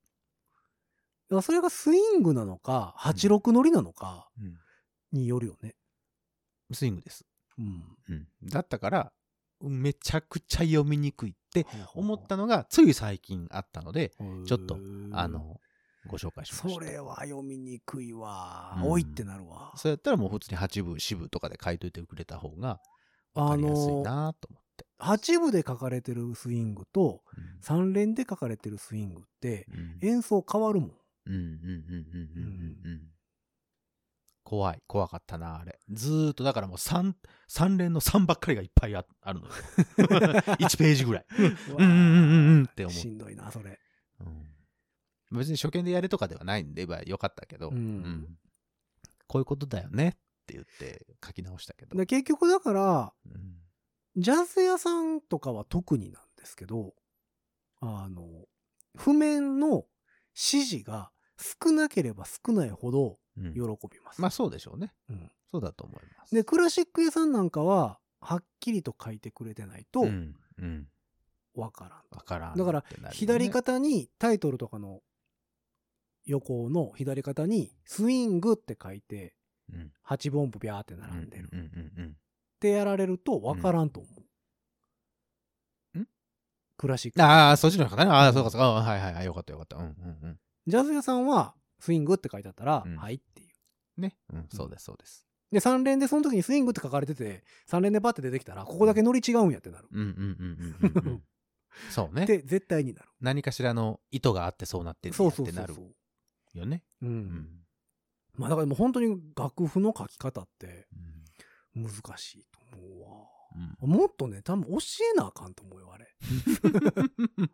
からそれがスイングなのか、八六乗りなのかうんによるよね。スイングです。うん。、うんだったから、めちゃくちゃ読みにくいって思ったたのが、つい最近あったので、ちょっとへーあ、の、ご紹介しました。それは読みにくいわ。うんおいってなるわ。そうやったらもう普通に8部、4部とかで書いといてくれた方が分あかりやすいの、なと思って。八部で書かれてるスイングと、うん三連で書かれてるスイングって、うん演奏変わるも ん。うんうんうんうんうんうんうん怖い怖かったなあれずーっとだからもう 3, 三連の3ばっかりがいっぱいああ るのよ1ページぐらいうんうんうんうんうんって思しんどいな、それ。う、うん別に初見でやれとかではないんでばよかったけど、うんこういうことだよねって言って書き直したけど、で結局だから、うんジャズ屋さんとかは特になんですけど、あの、譜面の指示が少なければ少ないほどうん喜びます。まあそうでしょうね、うんそうだと思いますで、クラシック屋さんなんかは、はっきりと書いてくれてないとうんうん、わからん。わからんだからってなるよね左肩にタイトルとかの横の左肩にスイングって書いて、うん8分音符ビャーって並んでる。うんうんうんうんってやられると分からんと思う。うんクラシック。ああ、そっちの方かね。ああ、そうかそうか。うんはいはいはい。よかったよかった。うんうんジャズ屋さんは、スイングって書いてあったら、うんはいっていう。うん。ね。うん、そうですそうです。で、3連でその時にスイングって書かれてて、3連でバッて出てきたら、ここだけノリ違うんやってなる。うんうんうんうん うんうん。そうね。で、絶対になる。何かしらの意図があってそうなってるそうっそうてそうなるそう。よね。ううんん。。まあだからもう本当に楽譜の書き方って難しいと思うわ。うんもっとね、多分教えなあかんと思うよ、あれ。うん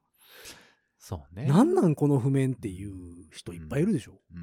そうね。なんなんこの譜面っていう人いっぱいいるでしょ。うん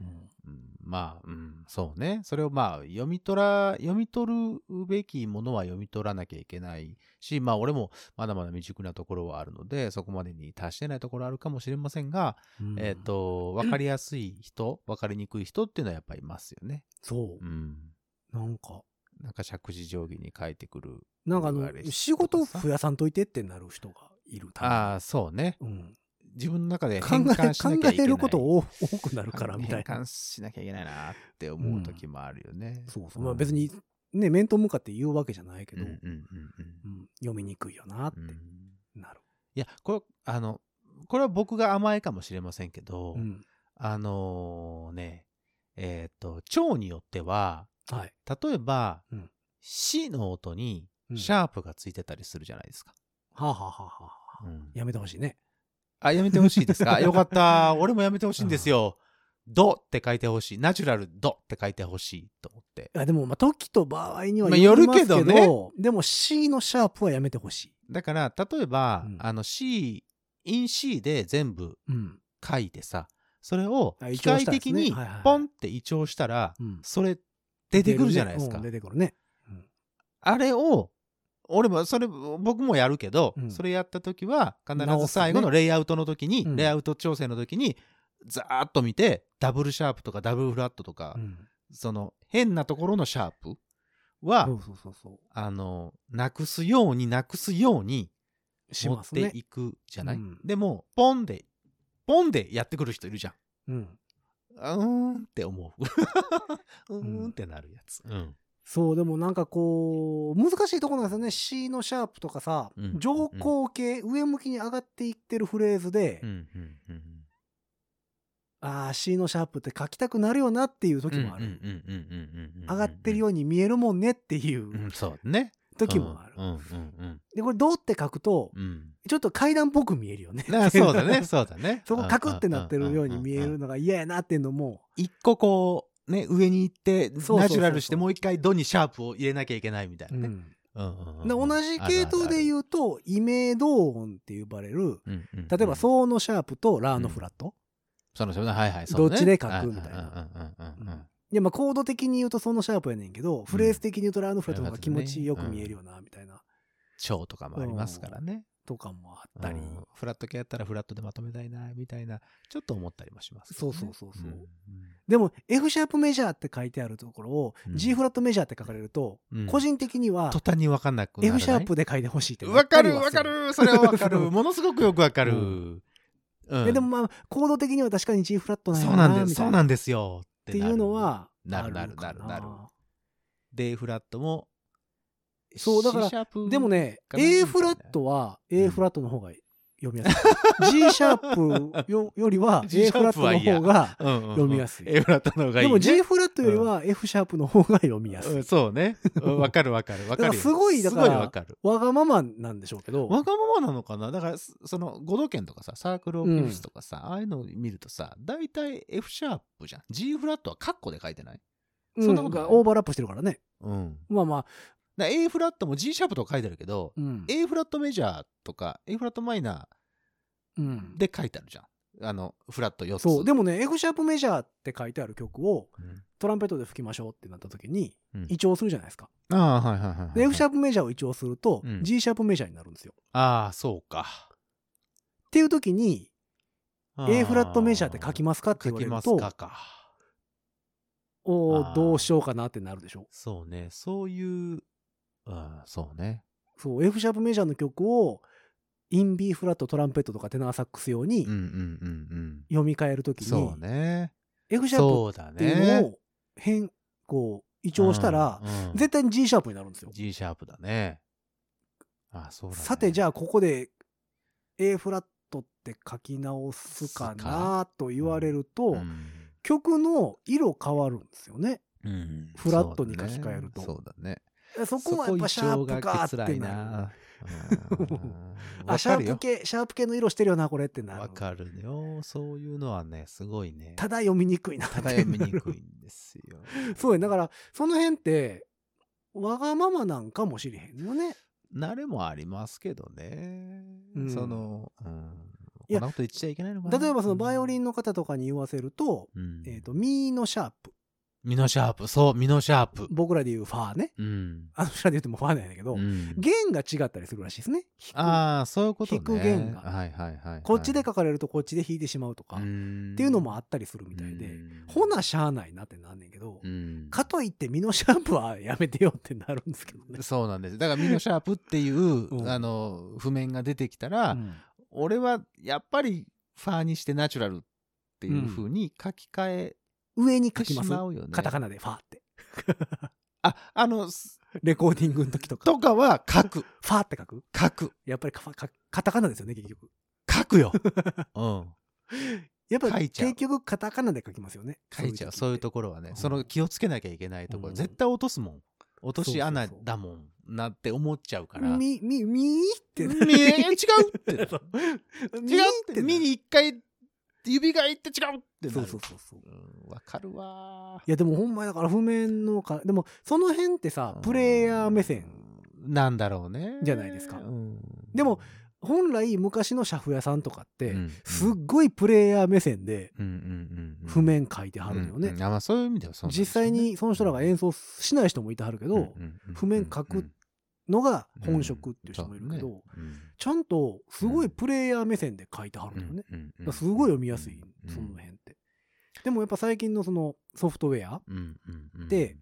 うんうんまあ、うん、そうね。それをまあ、読み取ら、読み取るべきものは読み取らなきゃいけないし、まあ、俺もまだまだ未熟なところはあるので、そこまでに達してないところはあるかもしれませんが、うんえっ、。と、分かりやすい人、分かりにくい人っていうのはやっぱいますよね。そうう。ん。なんか、なんか釈字定規に書いてくる。なんかあ言わのれる人と、か仕事増やさんといてってなる人がいる。多分ああ、そうね。うん、自分の中で考変え換しなきゃいけない。考えること多多くなるからみたい変な換。しなきゃいけないなって思う時もあるよね。そうそう。まあ別にね、面と向かって言うわけじゃないけうん。ど、うんううんんうん読みにくいよなってうんうん。なる。いや、これ、あの、これは僕が甘いかもしれませんけど、うん。あのね、えっ、と、蝶によっては、はい。例えば、うん死の音にうんシャープがついてたりするじゃないですか。はあ、はあはあはあ、うんやめてほしいね。あ、やめてほしい ですかよかった。俺もやめてほしいんですよ。ドって書いてほしい。ナチュラルドって書いてほしいと思って。いやでも、まあ、時と場合にはまあよりますけど,、よるけどでも C のシャープはやめてほしい。だから、例えば、うんあの C、イン C で全部うん。書いてさ、それをあ機移調械したんです的ねにはいはいポンって移調したらう、ん、それ出てくるじゃないですか出。てくるね。あれを、俺もそれ、僕もやるけど、うんそれやった時は、必直すねず最後のレイアウトの時に、うんレイアウト調整の時に、ざーっと見て、ダブルシャープとかダブルフラットとか、うんその変なところのシャープは、そうそうそうそう。あの、なくすようになくすようにし持まっすてね。いくじゃない、うんでも、ポンで、ポンでやってくる人いるじゃん。うん。うーんって思う。う ーんってなるやつ。うん。そう、でもなんかこう、難しいところなんですよね。C のシャープとかさ、うん上行系、上向きに上がっていってるフレーズで、うんうんうんああ、C のシャープって書きたくなるよなっていう時もある。うんうんうんうんうんうんうんうん上がってるように見えるもんねっていう、うん、そうね。時もある。うんうんうんで、これ、どうって書くと、うんうん。ちょっと階段っぽく見えるよね。なそうだね、そうだね。 そこカクってなってるように見えるのが嫌やなっていうのも、一個こう、ね、上に行って、そうそうそうナチュラルして、もう一回ドにシャープを入れなきゃいけないみたいなね。うんうんうでん同じ系統で言うと、異名同音って呼ばれる、あるあるうんうんうん例えば、ソーのシャープとラーのフラット。その人ね、はいはい、そうねどっちで書くみたいな。うんうんうんうんうんいや、まあ、コード的に言うとソーのシャープやねんけど、フレーズ的に言うとラーのフラットの方が気持ちよく見えるよな、みたいな、蝶とかもありますからね。とかもあったり。うんフラット系やったらフラットでまとめたいな、みたいな、ちょっと思ったりもしますけどそうね。そうそうそう。んでも、F シャープメジャーって書いてあるところを、うん G フラットメジャーって書かれると、うん個人的には途、端に分かんなくならな F いシャープで書いてほしいってなわっかたりるはわすかるそれはわかるそう ものすごくよくわかる、ううんいやでもまあ、コード的には確かに G フラットなんやそうななんですみたそいうななっんですよていうのは、なるあかなるなるなるでフラットもそうだから C シャープでもね、かな A フラットは A フラットの方が読みやすい。G シャープよよりは G A シャフラッープトはのいいや方が、うんうんうん読みやすい A フラットの方がいでい、ね、も G フラットよりは F シャープの方が読みやすういん。そうねうんわかるわかるわかだるからすごいだからすごいわかるわがままなんでしょうけど、わがままなのかなだからすその五道圏とかさサークルオブギフスとかさ、ああいうのを見るとさ大体 F シャープじゃん G フラットはカッコで書いてないうんそんなことないがオーバーラップしてるからね。うんまあまあ、だから A フラットも G シャープとか書いてあるけど、うん A フラットメジャーとか A フラットマイナうんーで書いてあるじゃん。あの、フラット4つ。そう。でも、もね、F シャープメジャーって書いてある曲をトランペットで吹きましょうってなった時に、うん一応するじゃないですか。ああ、はいはいはいはい。で F シャーープメジャーを一応するとうん G シャープメジャーになるんですよ。っプ。ああ、そうか。ていう時に、あー A フラットメジャーって書きますかって言われると書きま、すかか。おあーーどうしようかなってなるでしょ。そうね。そういう、あーそうね。そう、F シャープメジャーの曲を、イン B フラットトランペットとかテナーサックス用にうんうんうんうん。読み替えるときにそう、ね。 F シャープそうだっていうのね。を変、こう、移調したら、うんうん絶対に G シャープになるんですよ。 G シャープだね。あーそうだね。さて、じゃあ、あここで A フラットって書き直すかなと言われると、うん曲の色変わるんですよね。うんフラットに書き換えるとそうだね。そこはやっぱシャープかってなる。そこ一 丁が辛いなうんあ、わシかャるープよ。系、シャープ系の色してるよな、これってなる。わかるよ。そういうのはね、すごいね。ただ読みにくいなってたなだる。。読みにくいんですよ そうや、だから、その辺って、わがままなんかもしれへんよね。慣れもありますけどね。うんその、うん。いこやんなこと言っちゃいけないのかな。例えば、そのバイオリン、ンの方とかに言わせると、うん、えっ、と、ミーのシャープ。ミノシャープ。そう、ミノシャープ。僕らで言うファーね。うん。あの人らで言ってもファーなんやけど、うん弦が違ったりするらしいですね。弾くああ、そういうことね。弾く弦がはいはいはいはい。こっちで書かれるとこっちで弾いてしまうとか、っっていうのもあったりするみたいで、ほなしゃあないなってなんねんけど、うんかといってミノシャープはやめてよってなるんですけどね。そうなんです。だからミノシャープっていう、うんあの、譜面が出てきたら、うん俺はやっぱりファーにしてナチュラルっていう風に書き換え上に書てきしますまうよね。カタカナでファーって。あ、あの、すレコーディングの時とか。とかは書く。ファーって書く書く。やっぱりカカカタカナですよね、結局。書くよ。 うん。やっぱ書りいちゃう結局カタカナで書きますよね。書いちゃう。そういうとこ。ころはね、うんその気をつけなきゃいけないところ、うん絶対落とすもん。落とし穴そうそうそうだもん。なって思っちゃうから。み、み、みーってな。みえ 違うってなみる。違ーうっってて。な見に一回、指がいって違うってなそうる。そうそうそう。いうんわかるわー。やでもほんまだから譜面のか、でもその辺ってさ、プレイヤー目線。なんだろうね。じゃないですかうんでも、本来昔の車夫屋さんとかって、うんすっごいプレイヤー目線でうんうんうん、譜面書いてはるのよね。うんうんあまあ、そういう意味ではそうなんですよね実際にその人らが演奏しない人もいてはるけど、譜面書くのが本職っていう人もいるけど、ちゃんとすごいプレイヤー目線で書いてはるのよね。だからすごい読みやすい、その辺って。でもやっぱ最近のそのソフトウェア、辺で、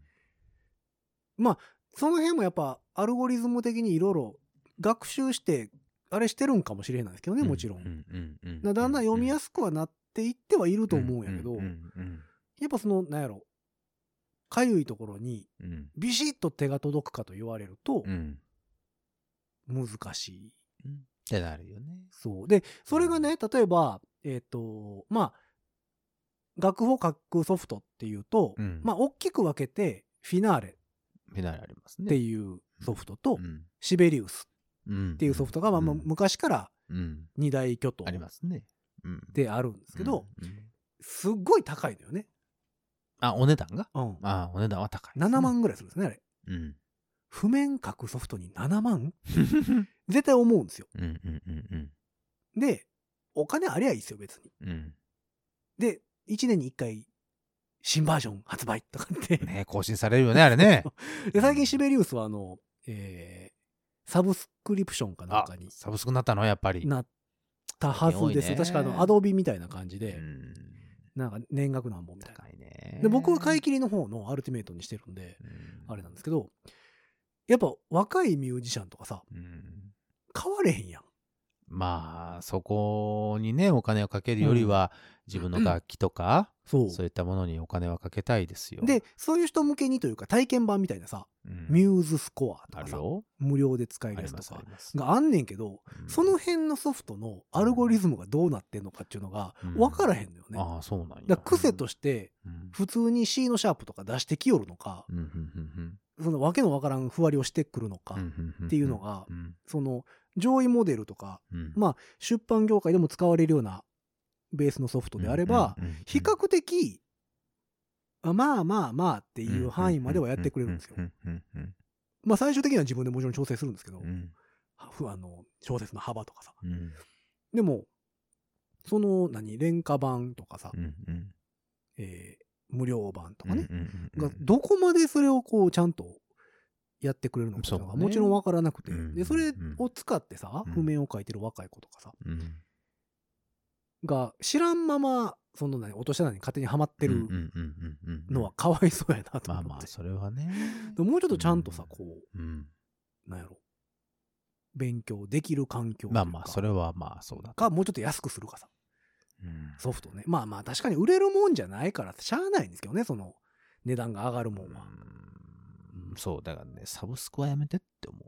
その辺もやっぱアルゴリズム的にいろいろ学習して、あれしてるんかもしれないですけどね、もちろん。だだんだん読みやすすくはなっていってはいるいと思うんやけど、やっぱその、なんやろ、かゆいところにビシッと手が届くかと言われると難しい。ってなるよね。そう。で、それがね、例えば、えっ、と、まあ、楽譜を書くソフトっていうと、うんまあ、大きく分けて、フィナーレ、ペナイルありますね。っていうソフトと、うんシベリウスうんっていうソフトが、まあ、うんまあ昔からうん二大巨頭ありますね。うんであるんですけど、うんうんすっごい高いのよね。あ、お値段がうん。あ、お値段は高いですね。 7万ぐらいするんですね、あれ。うん。譜面書くソフトに7万 絶対思うんですよ。うんうんうんで、お金ありゃいいですよ、別に。うんで、1年に1回、新バージョン発売とかっ うん。て。ね更新されるよね、あれね。で、最近シベリウスは、あの、えーサブスクリプションかなんあかに、サブスクになったのやっぱり。なったはずです。多いね確か、あの、アドビみたいな感じうで、んなんか年額なんぼみたいな。高いね。で、僕は買い切りの方のアルティメイトにしてるんで、うんあれなんですけど、やっぱ若いミュージシャンとかさ、うん変われへんやん。まあ、そこにね、お金をかけるよりは、自分の楽器とか、そそういったものにお金はかけたいですよ。で、そういう人向けにというか、体験版みたいなさ、うん、ミューズスコアとあかるさ、よ。無料で使えあるやりつまとす、あかります。があんねんけど、うんその辺のソフトのアルゴリズムがどうなってんのかっていうのがうん分からへんのよね。ああ、そうなんや。だから癖として、うん、普通に C のシャープとか出してきよるのか、うん、うん、そのわけのわからんふわりをしてくるのかうん、うん、うん。っていうのがう、ん、その上位モデルとか、うん、まあ、出版業界でも使われるようなベースのソフトであれば、うん、うんうん比較的、あまあまあまあっていう範囲まではやってくれるんですよう。ん、うん、うんまあ最終的には自分でもちろん調整するんですけどう、ん、ふあの、小説の幅とかさ。うん、うんでも、その、何、廉価版とかさ、うん、うんえー無料版とかね、うんうんうんがどこまでそれをこうちゃんとやってくれるのかっていうのがそうねもちろんわからなくて、うんで、それを使ってさうん、譜面を書いてる若い子とかさ、うん、が知らんまま、その何、落とし穴に勝手にはまってうるんうんうんうんうんのはかわいそうやなとま思っあて。まあそれはねでもうちょっとちゃんとさ、こうんう、なんやろ、勉強できる環境というまかあまあそれはまあそうだか、もうちょっと安くするかさ、うんソフトね。まあまあ、確かに売れるもんじゃないから、しゃあないんですけどね、その、値段が上がるもんは。うんそうだからねサブスクはやめてって思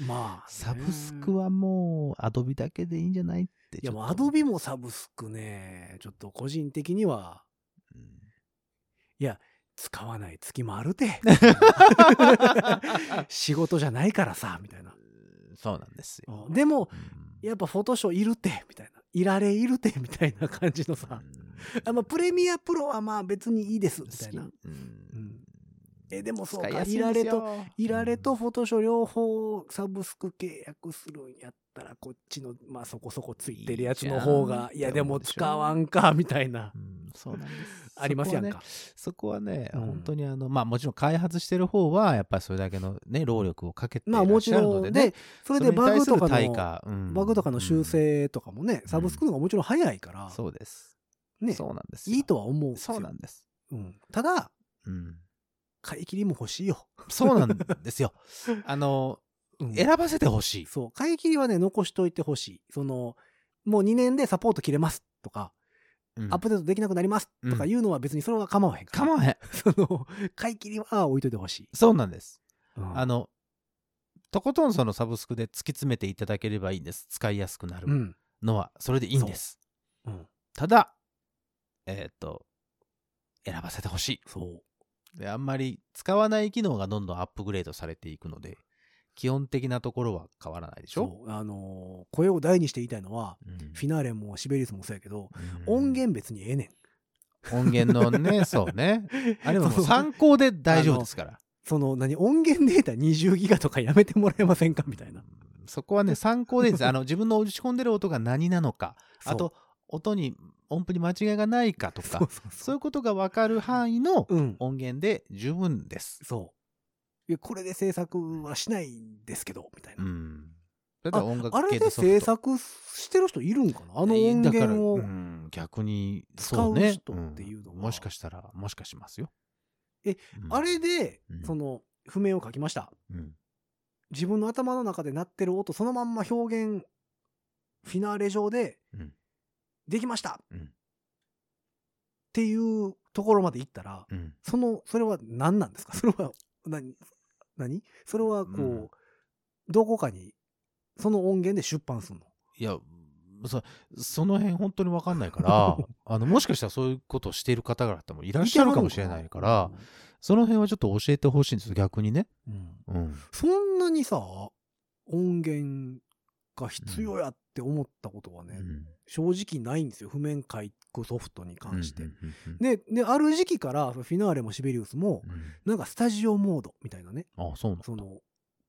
うまあ、サブスクは。はもうアドビだけでいいんじゃないっていや、もうちょアっとドビもサブスクね、ちょっと個人的には、うん使わない月もある て。仕事じゃないからさ、みたいな。そうなんですよでも、うんやっぱフォトショーいるて、みたいな。いられいるて、みたいな感じのさ。あまあ、プレミアプロはまあ別にいいです、みたいな好。きうんうんえ、でもそう使いか、やすいいらんでれすとよいられとフォトショー両方サブスク契約するんやったらこっちのまあそこそこついてるやつの方がいいいじゃんやでも使わんかみたいなうんそうなんですありますやんか。そこはね、うん本当にあの、まあもちろん開発してる方は、やっぱりそれだけのね、労力をかけていまらあっもしちゃるろのんででね。それでバグとかそれに対する対の価うんバグとかの修正とかもねサブスクの方がもちろん早いかうんらそうです。ねそうなんですよ。いいとは思うんですよそうなんです。うんただうん。買い切りも欲しいよそうなんです よ。あの、うん選ばせてほしい。そう買い切りはね残しといてほしいそのもう2年でサポート切れますとかうんアップデートできなくなりますとかいうのは別にそれは構わへんから構わへん。その買い切りは置いといてほしいそうなんです。うんあの、とことんそのサブスクで突き詰めていただければいいんです。使いやすくなうるんのは、それでいいんです。うんただ、えっと、選ばせてほしい。そうで、あんまり使わない機能がどんどんアップグレードされていくので、基本的なところは変わらないでしょそうあのー声を大にして言いたいのはうんフィナーレもシベリウスもそうやけど、うん音源別にええねん音源 のね、そうね。あれはもそうう参考で大丈夫ですから。その何音源データ20ギガとかやめてもらえませんかみたいなそこはね、参考でです。あの、自分の打ち込んでる音が何なのか、あと、音に、音符に間違いがないかとそうそかう、そうそういうことが分かる範囲のうん音源で十分です。そういやこれで制作はしないんですけどみたいうな、ん。だって音楽あれ系でのソフト制作してる人いるんかなあの音だから源を、うん逆に使う人っていうのそはねんもしかしたらもしかしますよえ、うんあれで、うんその譜面を書きましたうん自分の頭の中で鳴ってる音そのまんま表現フィナーレ上でうんできました、うんっていうところまで行ったらうんそのそれは何なんですか それは何何それはこう、うんどこかにその音源で出版するのいやそその辺本当に 分かんないからあのもしかしたらそういうことをしている方々もいらっしゃるかもしれないから、その辺はちょっと教えてほしいんですよ逆にね、うんうん、そんなにさ、音源が必要やって思ったことはね、正直ないんですよ。譜面解くソフトに関して。で、で、ある時期から、フィナーレもシベリウスも、なんかスタジオモードみたいなね、あそうなその、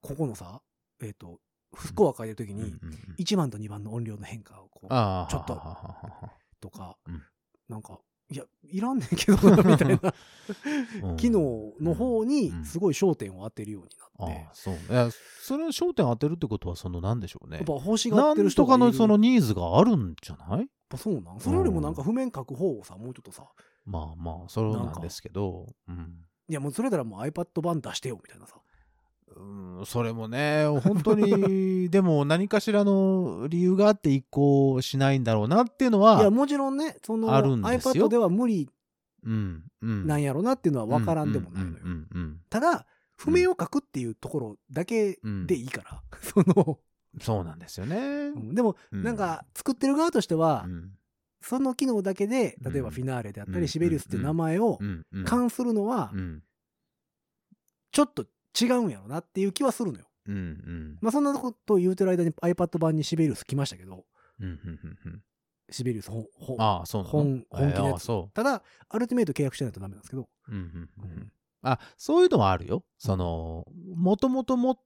ここのさ、えっ、と、スコア変えるときに、1番と2番の音量の変化をこう、あちょっとととかうん、なんか、いや、いらんねんけどな、みたい な、機能の方にうんすごい焦点を当てるようあになって、そういやそれは焦点当てるってことはそのなんでしょうねやっぱ欲しがなってるん人とがかいるのそのニーズがあるんじゃないやっぱそうなんそれよりもなんか譜面書く方をさもうちょっとさまあまあそれはなんなかんですけどうんいやもうそれならもう iPad 版出してよみたいなさうんそれもね本 当にでも何かしらの理由があって移行しないんだろうなっていうのいやはもちろんねそのあるんですよ iPad では無理うんうんなんやろなっていうのは分からんでもないのようんうんうんうんただ譜面を書くっていうところだけでいいから、 その、そうなんですよねうんでもうなんか作ってる側としては、うんその機能だけで例えばうんフィナーレであったうりんシベリウスっていう名前をうんうん冠するのはうんちょっと違うんやろなっていう気はするのようんうんまあそんなことを言うてる間に iPad 版にシベリウス来ましたけどうんうんうんうんシベリウス本本ああそうなの本本気のやつえーああそただ、アルティメイト契約してないとダメなんですけど。ううんうんうんうんあそういうのはあるよそのもともと持っ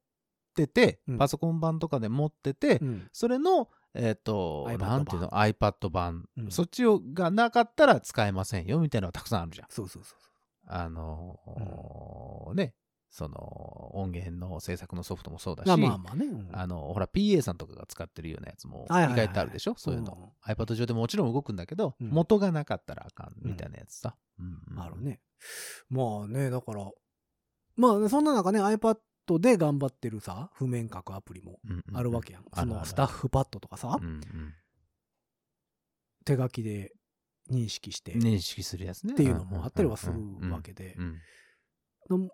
ててうんパソコン版とかで持っててうんそれのえっと iPad 版なんていうの iPad 版うんそっちをがなかったら使えませんよみたいなのがたくさんあるじゃんそうそうそうあのーねその音源の制作のソフトもそうだしそう。まあまあね。うんあのほら PA さんとかが使ってるようなやつもはいはい意はい外とあるでしょそういうの、iPad 上でもちろん動くんだけど、うん元がなかったらあかんみたいなやつさ、うんうんあるね。まあね、だから、まあそんな中ね、iPad で頑張ってるさ、譜面書くアプリもうんうんあるわけやん。あそるあるのスタッフパッドとかさう、んうん手書きで認識してっ認識するやつねていうのもあったりはするうんわけでう、んでも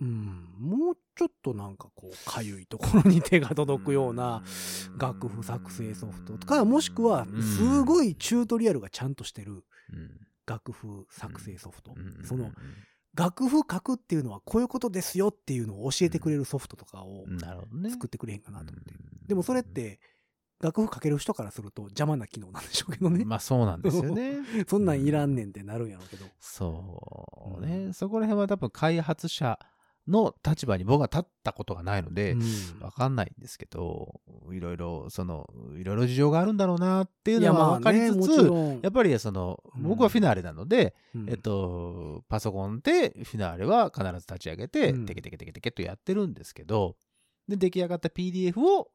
うん、もうちょっとなんかこう、かゆいところに手が届くような、楽譜作成ソフトとか、もしくは、すごいチュートリアルがちゃんとしてるうん楽譜作成ソフト、うんその楽譜書くっていうのはこういうことですよっていうのを教えてくれるソフトとかをうんなるほどね作っててくれへんかなと思って、てでもそれって楽譜書ける人からすると邪魔な機能なんでしょうけどね、まあそうなん ですよねそんなんいらんねんってなるんやろうけど、そううねそこら辺は多分開発者の立場に僕は立ったことがないので、うんわかんないんですけど、いろいろ、その、いろいろ事情があるんだろうなっていういやのはまあわかりねつもつ、ちろんやっぱりその、うん僕はフィナーレなので、うんえっと、パソコンでフィナーレは必ず立ち上げて、うんテケテケテケテケとやってるんですけど、で、出来上がった PDF を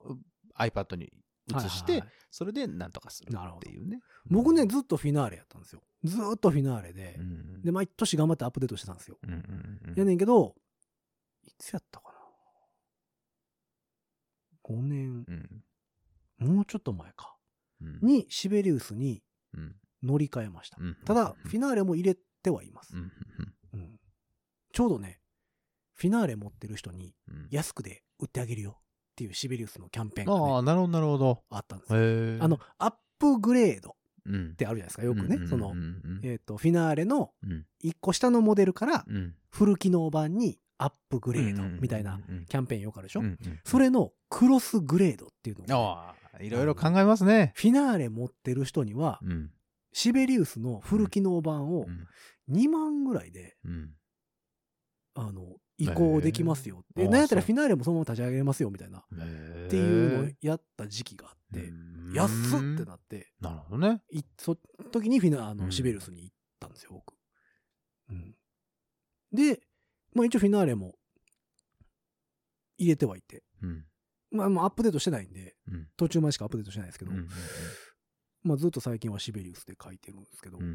iPad に移して、はいはいはいそれでなんとかするっていうね。僕ねずっとフィナーレやったんですよずーっとフィナーレでう、ん、で毎年頑張ってアップデートしてたんですよ、うんうんうん、やねんけどいつやったかな5年うんもうちょっと前かうんにシベリウスにうん乗り換えましたうんただフィナーレも入れてはいますうん、うんうんちょうどねフィナーレ持ってる人にうんうん安くで売ってあげるよっていうシベリウスのキャンペーンあが、あ、ね、なるほど、なるほど。あったんですよへえ。あの、アップグレードっうん、てあるじゃないですかよくね、うんうんうんうんその、うんえっ、とフィナーレのうん1個下のモデルからうんフル機能版にアップグレードうんうんうんみたいなうんキャンペーンよくあるでしょ、うんうんそれのクロスグレードっていうのをああいろいろ考えますね。フィナーレ持ってる人にはうんシベリウスのフル機能版をうん2万ぐらいでうんあの移行できますよって、へえなんやったらあフィナーレもそのまま立ち上げれますよみたいなっへえていうのをやった時期があって、うん安っってなってなるほどね。いそ時にフィナあうのんシベルスに行ったんですよ僕、うんで、まあ、一応フィナーレも入れてはいて、うんまあ、もうアップデートしてないんでうん途中までしかアップデートしてないですけうど、んうんまあ、ずっと最近はシベリウスで書いてるんですけど、うんうんう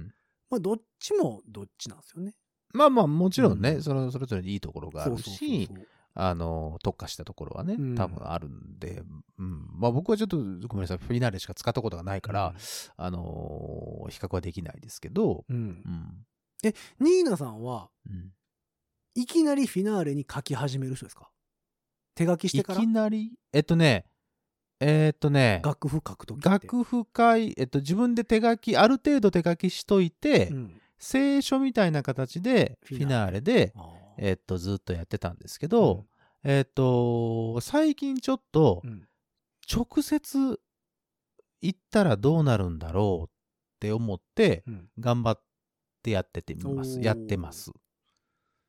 んまあどっちもどっちなんですよねまあまあもちろんね、うんそのそれぞれにいいところがあそうるそうしそうそうあの特化したところはねうん多分あるんで、うんまあ、僕はちょっとごめんなさいフィナーレしか使ったことがないから、あの比較はできないですけど、うんう、んニーナさんはうんいきなりフィナーレに書き始める人ですか手書きしていからきなりえっとねえっとね楽譜書くときって楽譜会、えっと、自分で手書きある程度手書きしといて、うん聖書みたいな形でフフィィナナーレで、あーえっと、ずっとやってたんですけど、えっと、最近ちょっとうん直接行ったらどうなるんだろうって思ってうん頑張ってやっててみます。おーやってます。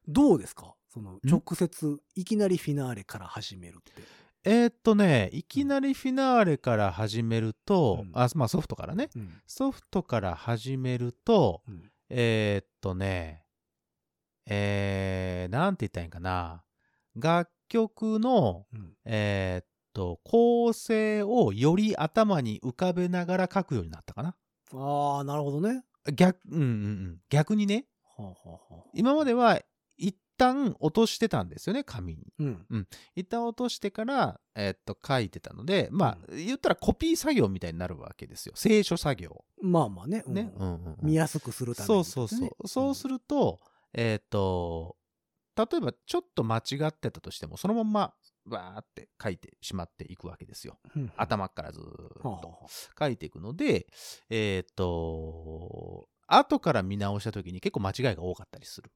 どうですかその直接いきなりフィナーレから始めるって。えっとね、いきなりフィナーレから始めるうと、んあ、まあソフトからね、うんソフトから始めると、うんえーっとね、えー、なんて言ったらいいんかな。楽曲の、うんえーっと、構成をより頭に浮かべながら書くようになったかな。ああ、なるほどね。逆、うんうんうん。逆にね、はあはあはあ今までは一旦落としてたんですよね、紙に。うん。一旦落としてから、えーっと、書いてたので、まあ、言ったらコピー作業みたいになるわけですよ。聖書作業。まあまあね。うんね。うんうんうん見やすくするために、そうそうそう。そうする。ると、えっ、と、例えばちょっと間違ってたとしても、そのまんま、わーって書いてしまっていくわけですよ。うん頭からずーっはあはあとはあ書いていくので、えっ、と、後から見直した時に結構間違いが多かったりする。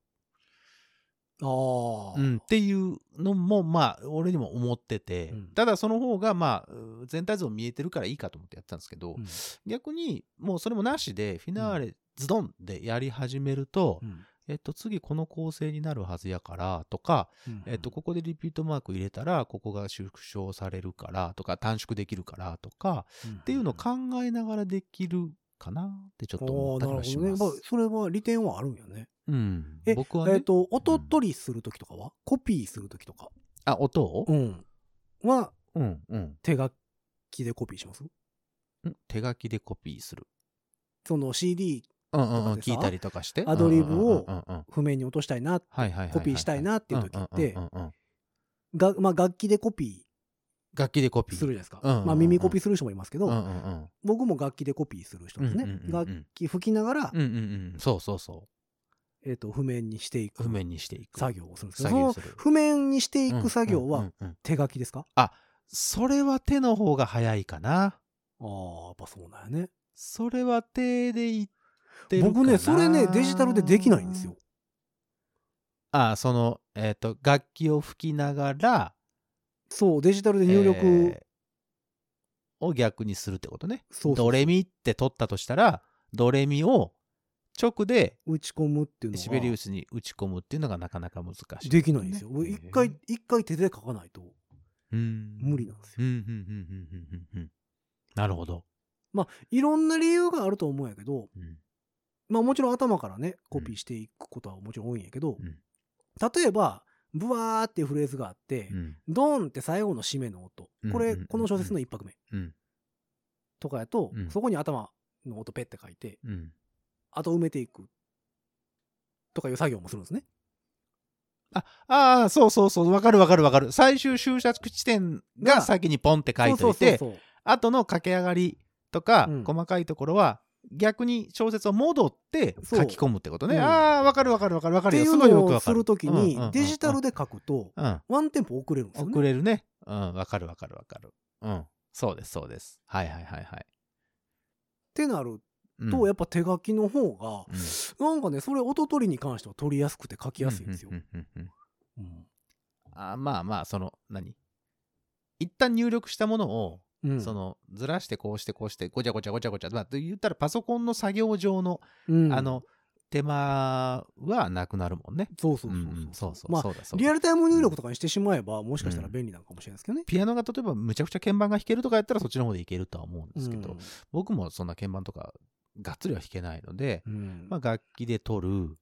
ああ、うん、っていうのも、まあ、俺にも思ってて、うんただその方が、まあ、うー全体像見えてるからいいかと思ってやってたんですけど、うん逆に、もうそれもなしで、フィナーレズドンでやり始めると、うんえっと、次この構成になるはずやからとか、うんえっと、ここでリピートマーク入れたら、ここが縮小されるからとか、短縮できるからとか、っていうのを考えながらできるかなってちょっと思ったりはしああなるまほどね。まあす。それは利点はあるんやね。うん。え僕はえっ、ね、と、音取りするときとかは、コピーするときとか、あ、音をうん、はうん、うん。手書きでコピーしますん手書きでコピーする。その CD うんうんうん。とかでさ聞いたりとかして。アドリブをうんうんうんうん譜面に落としたいな、はいはいはいはい。コピーしたいなっていう時ってうんうんうんうんがまあ、楽器でコピ楽器でコピーー。するじゃないですか。うんうんうんうんまあ、耳コピーする人もいますけど、うんうんうん。僕も楽器でコピーする人ですね。うんうんうんうん楽器吹きながら、うんうんうん。そうそうそ。えっと譜面にしていうく譜面にしていく。作業をするんですけど、作業そするの。譜面にしてい行く作業はうん手書きですか、それは手の方が早いかな。ああ、やっぱそうなんやね。それは手でいってるかな。僕ね、それね、デジタルでできないんですよ。。ああ、その、えっ、と、楽器を吹きながら、そう、デジタルで入力、えーを逆にするってことね。そうそうドレミって取ったとしたら、ドレミを直で打ち込むっていうのシベリウはスに打ち込むっていうのがなかなか難しい。できないんですよ。ね一回、一回手で書かないとうん。無理なんですよ。うん。うん、うん、うん、うん、うんうん。なるほど。まあ、いろんな理由があると思うんやけど、うん。まあもちろん頭からね、コピーしていくことはもちろん多いんやけど、うん例えば、ブワーっていうフレーズがあって、うん。ドンって最後の締めの音。これ、うんうんうんこの小説の一拍目うん。とかやと、うんそこに頭の音ペッて書いて、うん。あと埋めていく。とかいう作業もするんですね。あ、ああ、そうそうそう、わかるわかるわかる。最終終着地点がが先にポンって書いといそうてそ、うそうそう後の駆け上がりとか、うん細かいところは、逆に小説を戻ってそう書き込むってことね。うんああ、わかるわかるわかるわかっるてよ。いすうごいよのくをわすかる。るときにうんうんうん、デジタルで書くと、うん、ワンテンポ遅れるんですよ、ね。遅れるね。うん、わかるわかるわかる。うん、そうです、そうです。はいはいはいはい。ってなるうんと、やっぱ手書きの方が、うなんんかね、それ音取りに関しては取りやすくて書きやすいんですよう。んうんうんうんうんあーまあまあ、その、何一旦入力したものを、うんそのずらしてこうしてこうしてごちゃごちゃごちゃごちゃ、まあ、言ったらパソコンの作業上の、うんあの手間はなくなるもんね。そうそううそうんうそんそううそうまあそうだそうだリアルタイム入力とかにしてしまえば、もしかしたら便利なのかもしれないですけどね。ピアノが例えばむちゃくちゃ鍵盤が弾けるとかやったらそっちの方でいけるとは思うんですけど、うん僕もそんな鍵盤とかがっつりは弾けないので、うんまあ、楽器で取る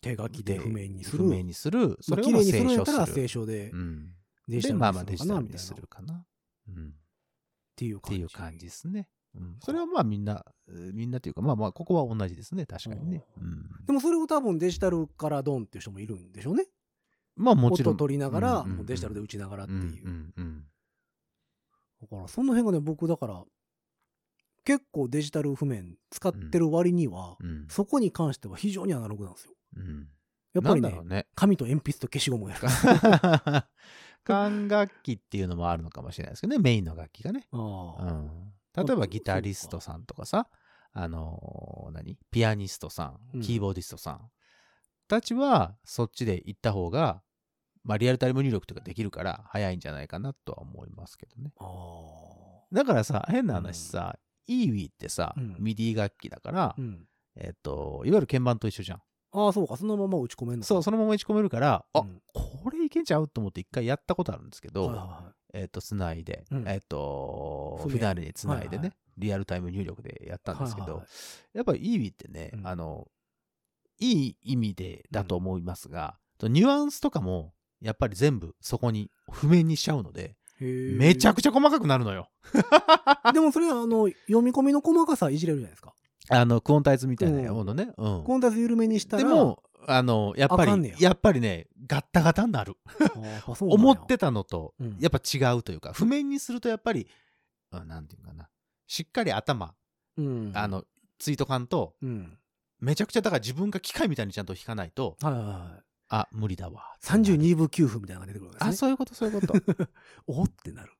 手書きで譜面にする。譜面にするそまあれを綺まあ麗にす聖るんや書ったらする聖。書でうんデジでタルまあまあデにするジタのかなルみたいになするかな。うんっていうっていう感じですね。うんんそれはまあみんな、えーみんなというか、まあまあ、ここは同じですね、確かにね。うんでもそれを多分デジタルからドンっていう人もいるんでしょうね。まあもちろ音ん。取りながら、うんうんうんもうデジタルで打ちながらってうんいう。うんうんだからその辺がね僕だから結構デジタル譜面使ってる割には、うんそこに関しては非常にアナログなんですよ。うんやっぱりねなんだろ うね。紙と鉛筆と消しゴムをや るから。管楽器っていうのもあるのかもしれないですけどね、メインの楽器がね。あうあん、例えばギタリストさんとかさ、あのー何ピアニストさうんんキーボーディストさんたちはそっちで行った方が、まあ、リアルタイム入力とかできるから早いんじゃないかなとは思いますけどねあだからさ変な話さ、イーウィってさ、うんミディ楽器だから、ーうんえっといわゆる鍵盤と一緒じゃんあーそうかそのまま打ち込めんのそうそのまま打ち込めるから、うあんこれいけんちゃうと思って一回やったことあるんですけはど、いはいはいえっ、と、つないで、うんえっ、と、フフィィナーナーレにつないでね、はいはいリアルタイム入力でやったんですけど、はいはいはいやっぱりイーウィってね、うんあの、いい意味でだと思いますが、とニュアンスとかも、やっぱり全部そこに譜面にしちゃうので、へーめちゃくちゃ細かくなるのよ。でもそれはあの読み込みの細かさいじれるじゃないですか。あの、クオンタイズみたいなものね。うん。コンタス緩めにしたら。でも、あの、やっぱあかんねりや、やっぱりね、ガッタガタになる。あー、そうなんや思って、たのとうん、やっぱ違うというか、譜面にするとやっぱり、あなんていうかな、しっかり頭、うん、あ、の、ツイート感と、うん。めちゃくちゃだから自分が機械みたいにちゃんと弾かないと、はいはいはい。あ、無理だわ。 32分9分みたいなのが出てくるわけあ、ですね。そういうこと、そう いうこと。おってなる。。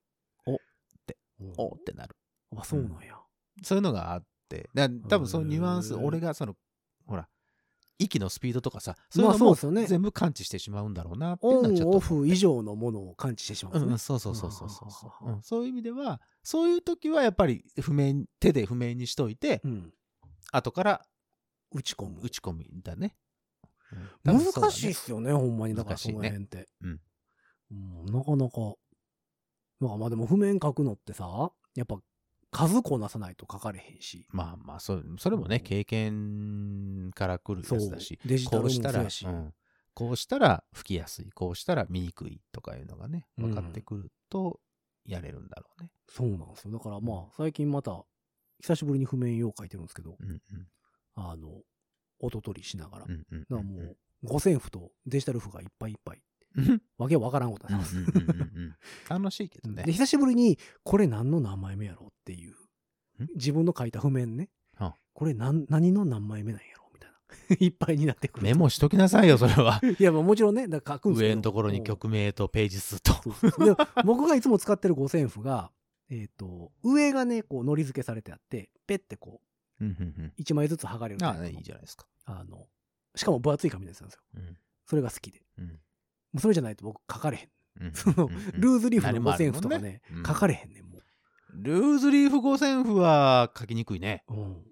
おっておってなる。あ、そうなんや。そういうのがあって、だ多分そのニュアンス、へー俺がその、ほら、息のスピードとかさ、そういうまあのそうもですよね全部感知してしまうんだろうなっていうのオはちンょオっと。フ以上のものを感知してしまううんん、でうすねん。そうそうそうそうそうそう、うんうんそういう意味ではそういう時はやっぱり譜面手で譜面にしといて、うん。後から打ち込む打。ち込みだね、うん多分そうだね難しいっすよね、ほんまに。だから難しそいねの辺って。うんうん。なかなか。まあまあでも譜面書くのってさ、やっぱ数こなさないと書かれへんし。まあまあそうそれもね経験から来るやつだしデジタルこもうそしたうら、やし。うんこうしたら吹きやすいこうしたら見にくいとかいうのがね分かってくるとやれるんだろうね、そうなんですよ。だからまあ、最近また、久しぶりに譜面用書いてるんですけど、うんあの、音取りしながら。うだんうんからもう、五線譜とデジタル譜がいっぱいいっぱい、うんうんわけわからんことにうんなります。うんうんうんうん楽しいけど ねで、久しぶりに、これ何の何枚目やろっていう、自分の書いた譜面ねはあ、これ何何の何枚目なんやろみたいな、 いっぱいになってくる。メモしときなさいよそれはいや、まあもちろんね、だから書くんですけど上のところに曲名とページ数とそうそうそうでも僕がいつも使ってる五線譜が、えっ、と、上がね、こう、のり付けされてあって、ペッてこう、うんうん一枚ずつ剥がれるうんタイあプのあいいじゃないですか、あの、しかも分厚い紙のやつなんですよ。うんそれが好きで。うんもうそれじゃないと僕書かれへん。うんそのうんうんうんルーズリーフの何五もある線も譜んとかねねうん、書かれへんねん、もルーズリーフ五線譜は書きにくいねう。うん。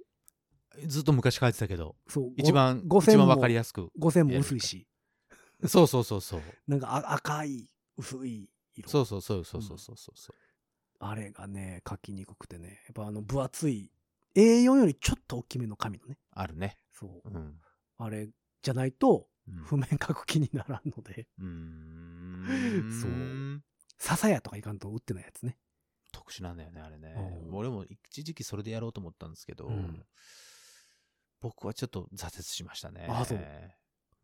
ずっと昔書いてたけどそう。一番五一線番もわかりやすく五線も薄いし、そうそうそうそうなんかあ赤い、薄い色。そうそうそうそうそうそうそうあれがね、書きにくくてね。やっぱあの、分厚い、A4 よりちょっと大きめの紙のね。あるねそう。うんあれじゃないと、うん譜面書く気にならんので、うーんそう笹屋とかいかんと打ってないやつね。特殊なんだよねあれねうん俺も一時期それでやろうと思ったんですけど、うん僕はちょっと挫折しましたねあそう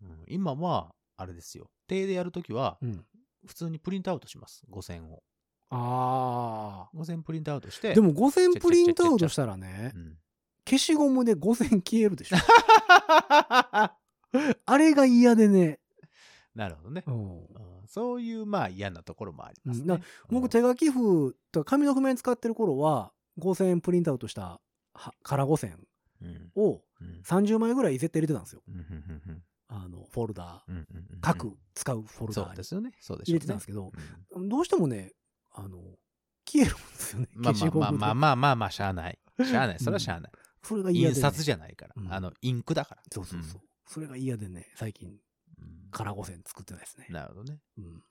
うん今はあれですよ手でやるときはうん。普通にプリントアウトします5000をあ5000プリントアウトしあ。てでも五線プリントアウトしたらねう、 ん消しゴムで五線消えるでしょ。 あれが嫌でね。なるほどね、うんうんそういうまあ嫌なところもありますうんだねか。僕手書き譜とか紙の譜面使ってる頃は5000円プリントアウトしたは空5000うんうんをうん30枚ぐらい絶対入れてたんですようんうんあのフォルダうんうんうんうんー書く使うフォルダそうーでにすよね。そうでし入ょれうねてたんですけどうんどうしてもねあの消えるんですよねまあ消しゴムまであまあまあまあまあしゃあない。しゃあない。それはしゃあない。それが嫌で印ね刷じゃないからう。んあの、インクだから。そうそうそうそれが嫌でね最近うん。空5000作ってないですねなるほどね。うん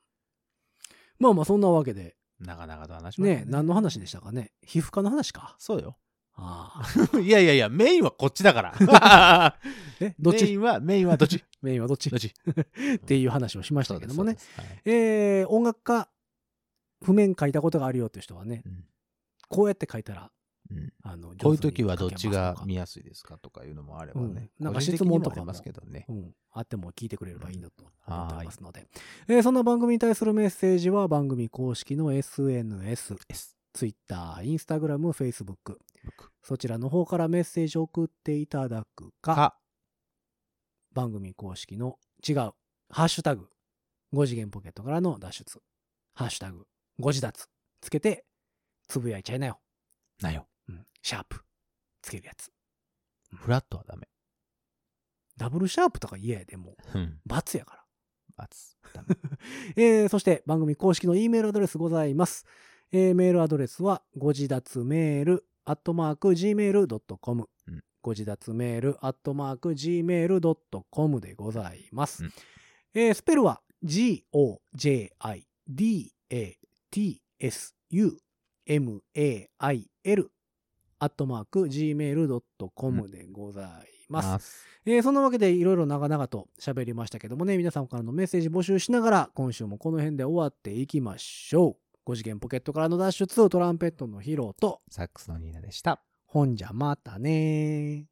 まあまあそんなわけでなかなかと話しましたね何の話でしたかね皮膚科の話かそうよ。 あいやいやいや、メインはこっちだから。あえ どっメイちンは、メインはどっちメイ ンはどっちどっちっていう話をしましたけどもね。そうですそうですはいえー音楽家、譜面書いたことがあるよっていう人はね、うんこうやって書いたら、うんあの、こう上手いう時には書どっけますちとかが見やすいですかとかいうのもあればね。うんなんか個人的質問にともかあもりますけどね。うん、あっても聞いてくれればいいなと思っておりますので、えーそんな番組に対するメッセージは番組公式の SNS、Twitter、Instagram、Facebook、そちらの方からメッセージを送っていただくか、か、番組公式の違う、ハッシュタグ、5次元ポケットからの脱出、ハッシュタグ、5次脱つけて、つぶやいちゃいなよ。なよ。うん、シャープ、つけるやつ。フラットはダメ。ダブルシャープとか嫌やでもう、うん。罰やから。罰。ダメ。えーそして番組公式の E メールアドレスございます。えーメールアドレスは、ご自立メール、アットマーク、gmail.com うん。ご自立メール、アットマーク、gmail.com でございます。うんえースペルは、g-o-j-i-d-a-t-s-u-m-a-i-l、アットマーク、gmail.com でございます。す。えーそんなわけでいろいろ長々と喋りましたけどもね、皆さんからのメッセージ募集しながら、今週もこの辺で終わっていきましょう。5次元ポケットからの脱出、トランペットのヒロと、サックスのニーナでした。ほんじゃまたねー。